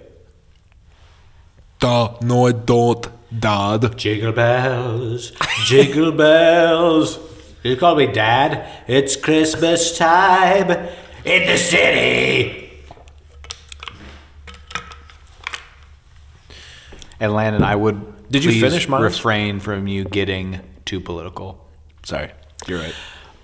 Speaker 1: Duh, Uh, no, I don't. Dad.
Speaker 5: Jiggle bells, jiggle bells. You call me Dad? It's Christmas time in the city.
Speaker 3: And Landon, I would
Speaker 1: Did you
Speaker 3: please
Speaker 1: finish mine?
Speaker 3: refrain from you getting too political.
Speaker 1: Sorry, you're right.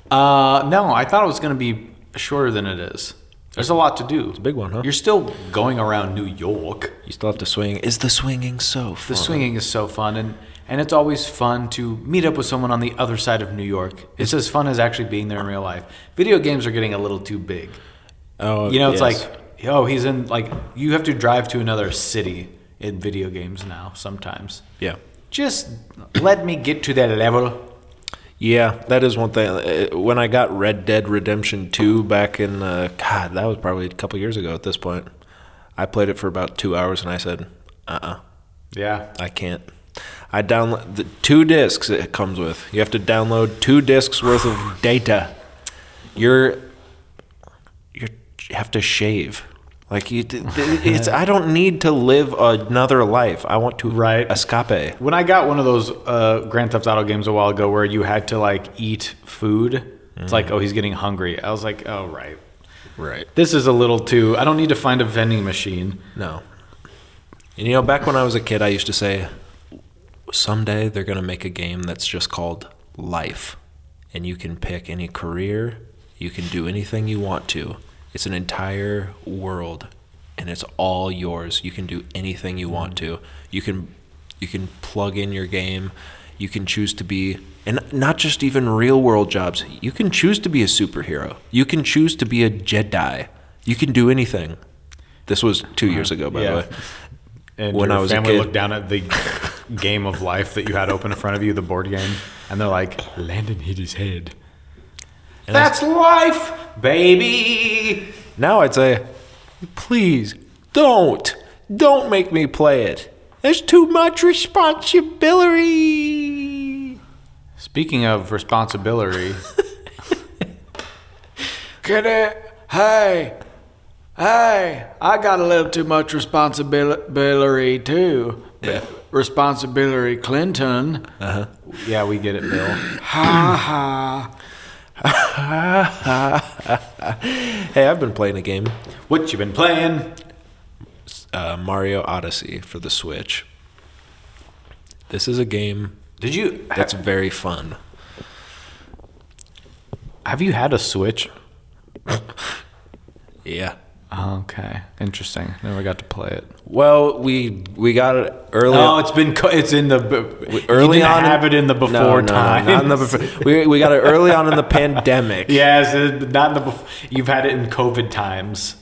Speaker 3: Uh, no, I thought it was going to be shorter than it is. There's a lot to do. It's a
Speaker 1: big one, huh?
Speaker 3: You're still going around New York.
Speaker 1: You still have to swing. Is the swinging so fun?
Speaker 3: The swinging is so fun, and and it's always fun to meet up with someone on the other side of New York. It's as fun as actually being there in real life. Video games are getting a little too big.
Speaker 1: Oh,
Speaker 3: You know, it's
Speaker 1: yes.
Speaker 3: like, oh, he's in like you have to drive to another city in video games now. Sometimes,
Speaker 1: yeah.
Speaker 3: just let me get to that level.
Speaker 1: Yeah, that is one thing. Uh, When I got Red Dead Redemption 2 back in, uh, God, that was probably a couple years ago at this point, I played it for about two hours and I said, uh uh
Speaker 3: Yeah,
Speaker 1: I can't. I download the two discs it comes with. You have to download two discs worth of data. You're you're you have to shave. Like you, d- d- it's. I don't need to live another life. I want to
Speaker 3: Right.
Speaker 1: escape.
Speaker 3: When I got one of those uh, Grand Theft Auto games a while ago where you had to like eat food, it's like, oh, he's getting hungry. I was like, oh, right.
Speaker 1: Right.
Speaker 3: This is a little too. I don't need to find a vending machine.
Speaker 1: No. And you know, back when I was a kid, I used to say, someday they're going to make a game that's just called Life. And you can pick any career, you can do anything you want to. It's an entire world and it's all yours. You can do anything you want to. You can you can plug in your game. You can choose to be and not just even real world jobs. You can choose to be a superhero. You can choose to be a Jedi. You can do anything. This was 2 years ago by
Speaker 3: Yeah.
Speaker 1: the way.
Speaker 3: And
Speaker 1: When
Speaker 3: your
Speaker 1: I was a
Speaker 3: family
Speaker 1: kid.
Speaker 3: looked down at the game of life that you had open in front of you, the board game, and they're like, Landon hit his head. That's life, baby.
Speaker 1: Now I'd say, please don't, don't make me play it. There's too much responsibility.
Speaker 3: Speaking of responsibility,
Speaker 7: Get it? Hey, hey, I got a little too much responsibility too. Responsibility, Clinton.
Speaker 3: Uh-huh. yeah, we get it, Bill.
Speaker 1: Hey, I've been playing a game,
Speaker 3: What you been playing?
Speaker 1: uh, Mario Odyssey for the Switch. This is a game
Speaker 3: Did you
Speaker 1: that's very fun.
Speaker 3: have you had a Switch?
Speaker 1: Yeah. Oh,
Speaker 3: Okay, interesting. Never got to play it.
Speaker 1: Well, we we got it early.
Speaker 3: Oh, it's been co- it's in the b- you
Speaker 1: early
Speaker 3: didn't
Speaker 1: on in-
Speaker 3: Have it in the
Speaker 1: No, no,
Speaker 3: before
Speaker 1: no,
Speaker 3: time.
Speaker 1: not in the before. We, we got it early on in the pandemic.
Speaker 3: yes, it- not in the. Before. You've had it in COVID times.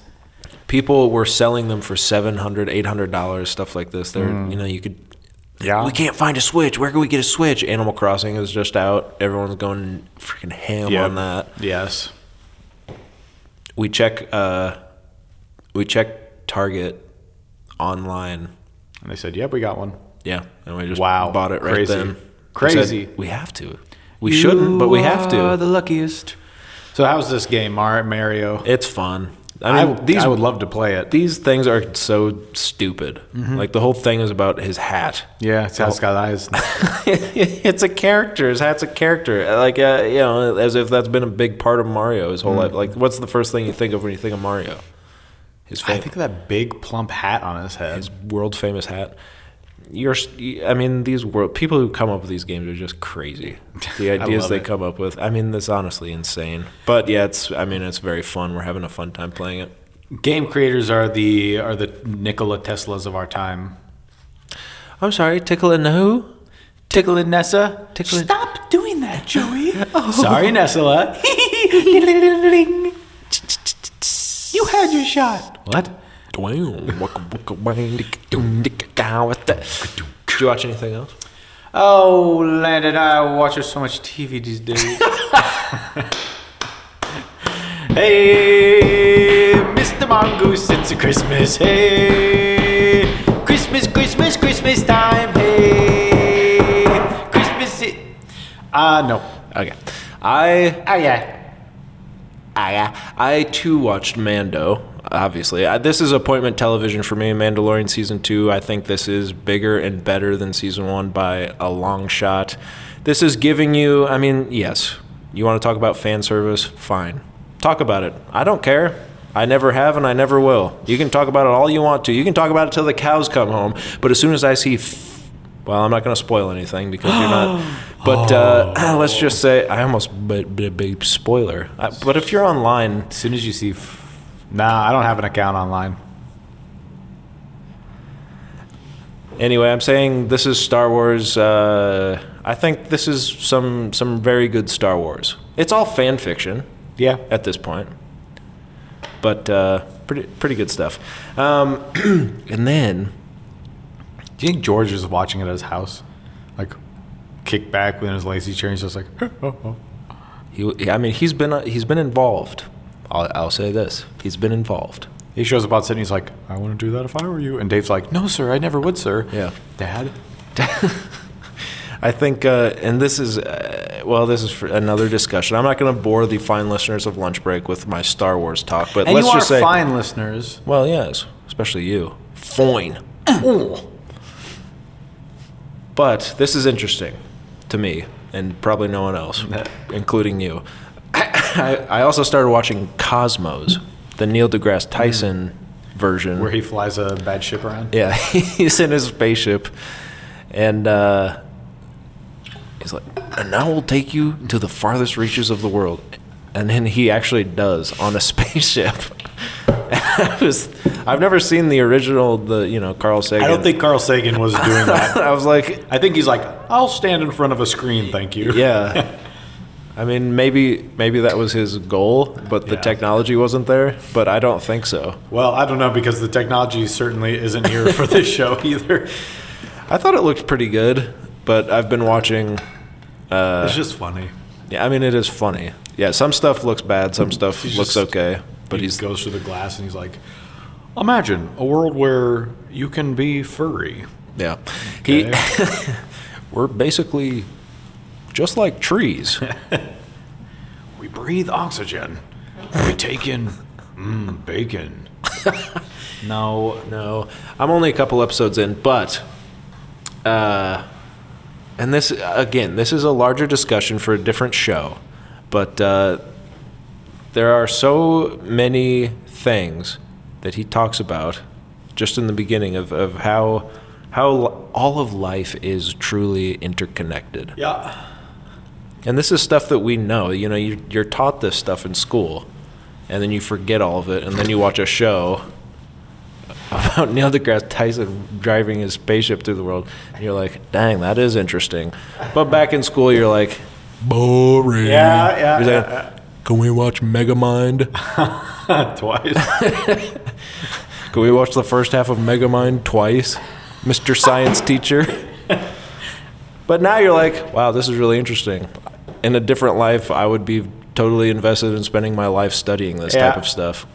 Speaker 1: People were selling them for 700 $800, stuff like this. They're, you know, you could
Speaker 3: Mm. Yeah,
Speaker 1: We can't find a Switch. Where can we get a Switch? Animal Crossing is just out. Everyone's going freaking ham on that.
Speaker 3: Yes.
Speaker 1: We check uh we check Target online.
Speaker 3: And they said, "Yep, we got one."
Speaker 1: Yeah. And we just
Speaker 3: Wow.
Speaker 1: bought it right
Speaker 3: Crazy.
Speaker 1: then. We
Speaker 3: Crazy.
Speaker 1: said, we have to. We shouldn't, but we have to.
Speaker 3: luckiest. So how's this game, Mar- Mario?
Speaker 1: it's fun.
Speaker 3: I,
Speaker 1: I mean,
Speaker 3: w-
Speaker 1: these
Speaker 3: I would love to play it.
Speaker 1: these things are so stupid. Like the whole thing is about his hat.
Speaker 3: Yeah,
Speaker 1: Oh.
Speaker 3: it's has got eyes.
Speaker 1: it's a character. His hat's a character. Like uh, you know, as if that's been a big part of Mario his whole life. Like, what's the first thing you think of when you think of Mario? His
Speaker 3: I
Speaker 1: fam-
Speaker 3: think of that big plump hat on his head.
Speaker 1: his world famous hat. you're i mean these world people who come up with these games are just crazy the ideas
Speaker 3: love
Speaker 1: they
Speaker 3: it.
Speaker 1: come up with i mean that's honestly insane but yeah it's i mean it's very fun we're having a fun time playing it
Speaker 3: Game creators are the are the Nikola Teslas of our time.
Speaker 1: i'm sorry tickle and who
Speaker 3: Tickle and Nessa. Tickle
Speaker 10: Stop doing that, Joey.
Speaker 3: Sorry, Nessa.
Speaker 10: you had your shot.
Speaker 3: what?
Speaker 1: did you watch anything else
Speaker 3: Oh, Landon, I watch so much TV these days. hey, Mr. Mongoose, it's a Christmas. Hey, Christmas, Christmas, Christmas time. Hey, Christmas. i- Ah, no.
Speaker 1: okay i
Speaker 3: Ah, yeah.
Speaker 1: I, I too watched Mando. Obviously, I, this is appointment television for me. Mandalorian season two. I think this is bigger and better than season one by a long shot. This is giving you. I mean, yes, you want to talk about fan service? Fine, talk about it. I don't care. I never have and I never will. You can talk about it all you want to. You can talk about it till the cows come home. But as soon as I see, f- well, I'm not going to spoil anything because you're not. But uh, let's just say I almost bit bit a big spoiler. I, but if you're online,
Speaker 3: As soon as you see. F- nah, I don't have an account online.
Speaker 1: anyway, I'm saying this is Star Wars. Uh, I think this is some some very good Star Wars. It's all fan fiction
Speaker 3: Yeah.
Speaker 1: at this point, but uh, pretty pretty good stuff. Um, and then.
Speaker 3: Do you think George is watching it at his house? Like, kick back with his lazy chair and he's just like,
Speaker 1: He, I mean, he's been uh, he's been involved. I'll, I'll say this: he's been involved.
Speaker 3: He shows up outside and he's like, I wouldn't do that if I were you. And Dave's like, No, sir, I never would, sir.
Speaker 1: Yeah.
Speaker 3: Dad?
Speaker 1: I think, uh, and this is, uh, well, this is for another discussion. I'm not going to bore the fine listeners of Lunch Break with my Star Wars talk, but
Speaker 3: And
Speaker 1: let's
Speaker 3: you are
Speaker 1: just say,
Speaker 3: fine listeners.
Speaker 1: well, yes, especially you, fine. but this is interesting to me, and probably no one else, including you. I, I also started watching Cosmos, the Neil deGrasse Tyson
Speaker 3: Mm.
Speaker 1: version,
Speaker 3: Where he flies a bad ship around.
Speaker 1: Yeah, he's in his spaceship, and uh, he's like, "And now we'll take you to the farthest reaches of the world," and then he actually does on a spaceship. I was, I've never seen the original, the you know Carl Sagan.
Speaker 3: I don't think Carl Sagan was doing that.
Speaker 1: I was like,
Speaker 3: I think he's like, I'll stand in front of a screen, thank you.
Speaker 1: yeah. I mean, maybe maybe that was his goal, but the
Speaker 3: Yeah.
Speaker 1: technology wasn't there. But I don't think so.
Speaker 3: Well, I don't know because the technology certainly isn't here for this show either.
Speaker 1: I thought it looked pretty good, but I've been watching Uh,
Speaker 3: it's just funny.
Speaker 1: Yeah, I mean it is funny. Yeah, some stuff looks bad, some stuff looks
Speaker 3: just-
Speaker 1: okay, but
Speaker 3: he
Speaker 1: he's
Speaker 3: goes through the glass and he's like, Imagine a world where you can be furry.
Speaker 1: yeah. He we're basically just like trees.
Speaker 3: We breathe oxygen. We take in mm, bacon.
Speaker 1: no, no. I'm only a couple episodes in, but uh and this again, this is a larger discussion for a different show, but uh there are so many things that he talks about just in the beginning of, of how how li- all of life is truly interconnected.
Speaker 3: Yeah.
Speaker 1: And this is stuff that we know. You know, you, you're taught this stuff in school, and then you forget all of it, and then you watch a show about Neil deGrasse Tyson driving his spaceship through the world, and you're like, dang, that is interesting. But back in school, you're like,
Speaker 11: Boring.
Speaker 3: Yeah, yeah.
Speaker 1: you're like,
Speaker 11: Can we watch Megamind?
Speaker 3: Twice.
Speaker 1: can we watch the first half of Megamind twice, Mr. Science Teacher? But now you're like, wow, this is really interesting. In a different life, I would be totally invested in spending my life studying this type
Speaker 3: Yeah.
Speaker 1: of stuff.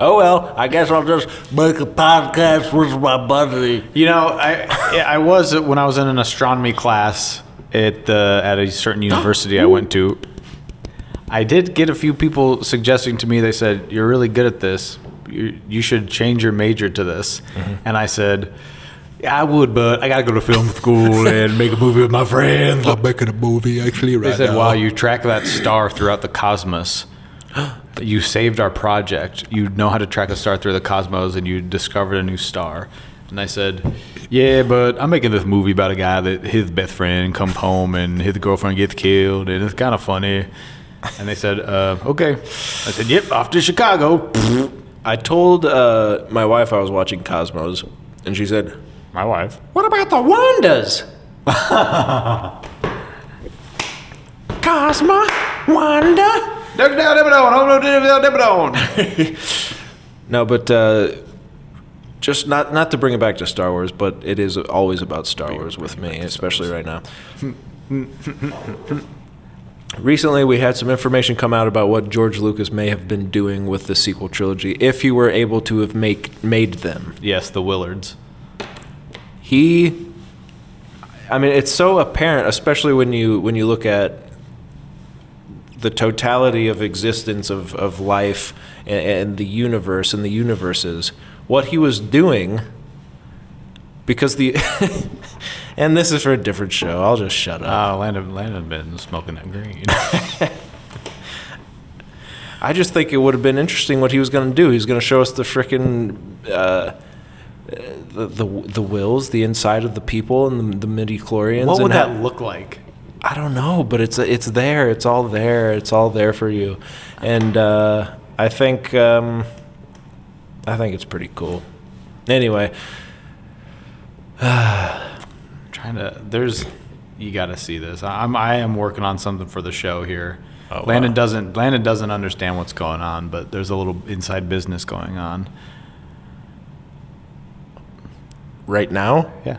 Speaker 5: Oh well, I guess I'll just make a podcast with my buddy.
Speaker 3: you know, I yeah, I was when I was in an astronomy class at the at a certain university I went to. I did get a few people suggesting to me. They said, "You're really good at this. You, you should change your major to this." And I said, "Yeah, I would, but I got to go to film school and make a movie with my friends."
Speaker 11: I'm making a movie actually right
Speaker 3: They said,
Speaker 11: now.
Speaker 3: "Wow, you track that star throughout the cosmos. You saved our project. You know how to track a star through the cosmos, and you discovered a new star." And And I said, "Yeah, but I'm making this movie about a guy that his best friend comes home and his girlfriend gets killed, and it's kind of funny." And they said, uh, "Okay." I said, "Yep, off to Chicago."
Speaker 1: I told uh, my wife I was watching Cosmos, and she said,
Speaker 3: "My wife."
Speaker 10: What about the Wandas? Cosma, Wanda.
Speaker 1: No, but uh, just not not to bring it back to Star Wars, but it is always about Star Wars with me, especially right now. Recently, we had some information come out about what George Lucas may have been doing with the sequel trilogy, if he were able to have make made them.
Speaker 3: Yes, the Willards.
Speaker 1: He, I mean, it's so apparent, especially when you when you look at the totality of existence of, of life and, and the universe and the universes, what he was doing, because the, and this is for a different show. I'll just shut up.
Speaker 3: Uh, Landon, Landon been smoking that green.
Speaker 1: I just think it would have been interesting what he was going to do. He was going to show us the frickin' uh, uh, the, the the wills, the inside of the people, and the, the midi chlorians.
Speaker 3: what would that look like?
Speaker 1: I don't know, but it's it's there. It's all there. It's all there for you, and uh, I think um, I think it's pretty cool. Anyway,
Speaker 3: trying to there's you got to see this I- i'm i am working on something for the show here
Speaker 1: Oh,
Speaker 3: landon doesn't landon doesn't understand what's going on but there's a little inside business going on
Speaker 1: right now
Speaker 3: yeah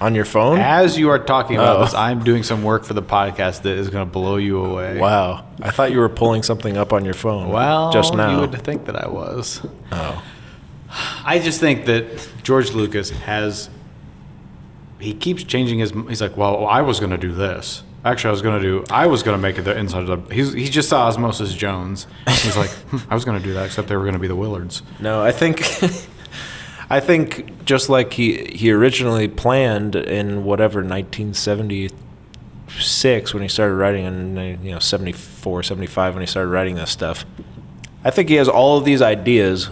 Speaker 1: on your phone.
Speaker 3: as you are talking about
Speaker 1: Oh.
Speaker 3: this i'm doing some work for the podcast that is going to blow you away
Speaker 1: Wow, I thought you were pulling something up on your phone.
Speaker 3: well
Speaker 1: just now.
Speaker 3: you would think that i was
Speaker 1: oh,
Speaker 3: I just think that George Lucas has. He keeps changing his. He's like, well, I was going to do this. Actually, I was going to do. I was going to make it the inside of the. He's, he just saw Osmosis Jones. He's like, hmm, I was going to do that, except they were going to be the Willards.
Speaker 1: no, I think. I think just like he he originally planned in whatever 1976 when he started writing in you know 74 75 when he started writing this stuff. I think he has all of these ideas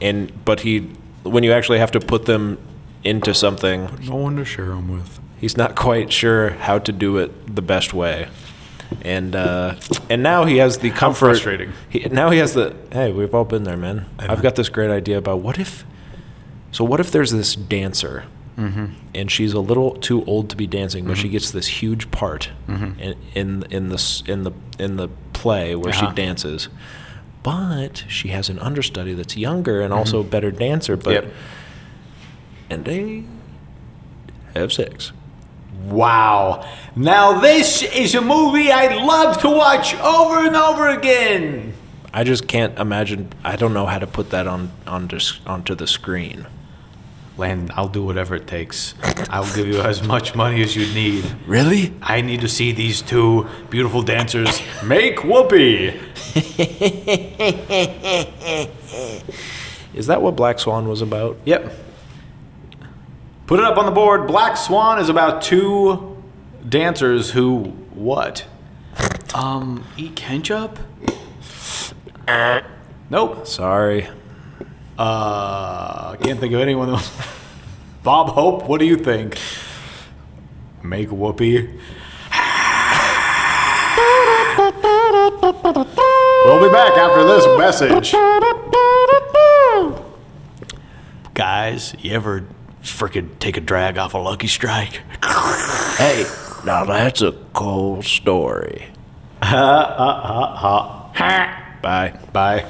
Speaker 1: and but he when you actually have to put them into something
Speaker 3: No one to share them with.
Speaker 1: he's not quite sure how to do it the best way. And uh, and now he has the comfort.
Speaker 3: frustrating.
Speaker 1: He, now he has the hey, we've all been there, man. I've got this great idea about what if. So what if there's this dancer,
Speaker 3: Mm-hmm.
Speaker 1: and she's a little too old to be dancing, but she gets this huge part
Speaker 3: Mm-hmm.
Speaker 1: in, in in the s- in the in the play where
Speaker 3: Uh-huh.
Speaker 1: she dances, but she has an understudy that's younger and also a better dancer, but
Speaker 3: Mm-hmm. Yep.
Speaker 1: and they have sex.
Speaker 3: Wow. Now, this is a movie I love to watch over and over again.
Speaker 1: I just can't imagine. I don't know how to put that on on dis, onto the screen.
Speaker 3: Landon, I'll do whatever it takes. I'll give you as much money as you need.
Speaker 1: Really?
Speaker 3: I need to see these two beautiful dancers make whoopee.
Speaker 1: Is that what Black Swan was about?
Speaker 3: Yep. Put it up on the board. Black Swan is about two dancers who what? Um, eat ketchup? Nope.
Speaker 1: Sorry.
Speaker 3: Uh, can't think of anyone. Else. Bob Hope, what do you think? Make whoopee. We'll be back after this message.
Speaker 5: Guys, you ever frickin' take a drag off a Lucky Strike?
Speaker 1: Hey, now that's a cool story.
Speaker 3: Bye. Bye.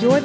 Speaker 12: You're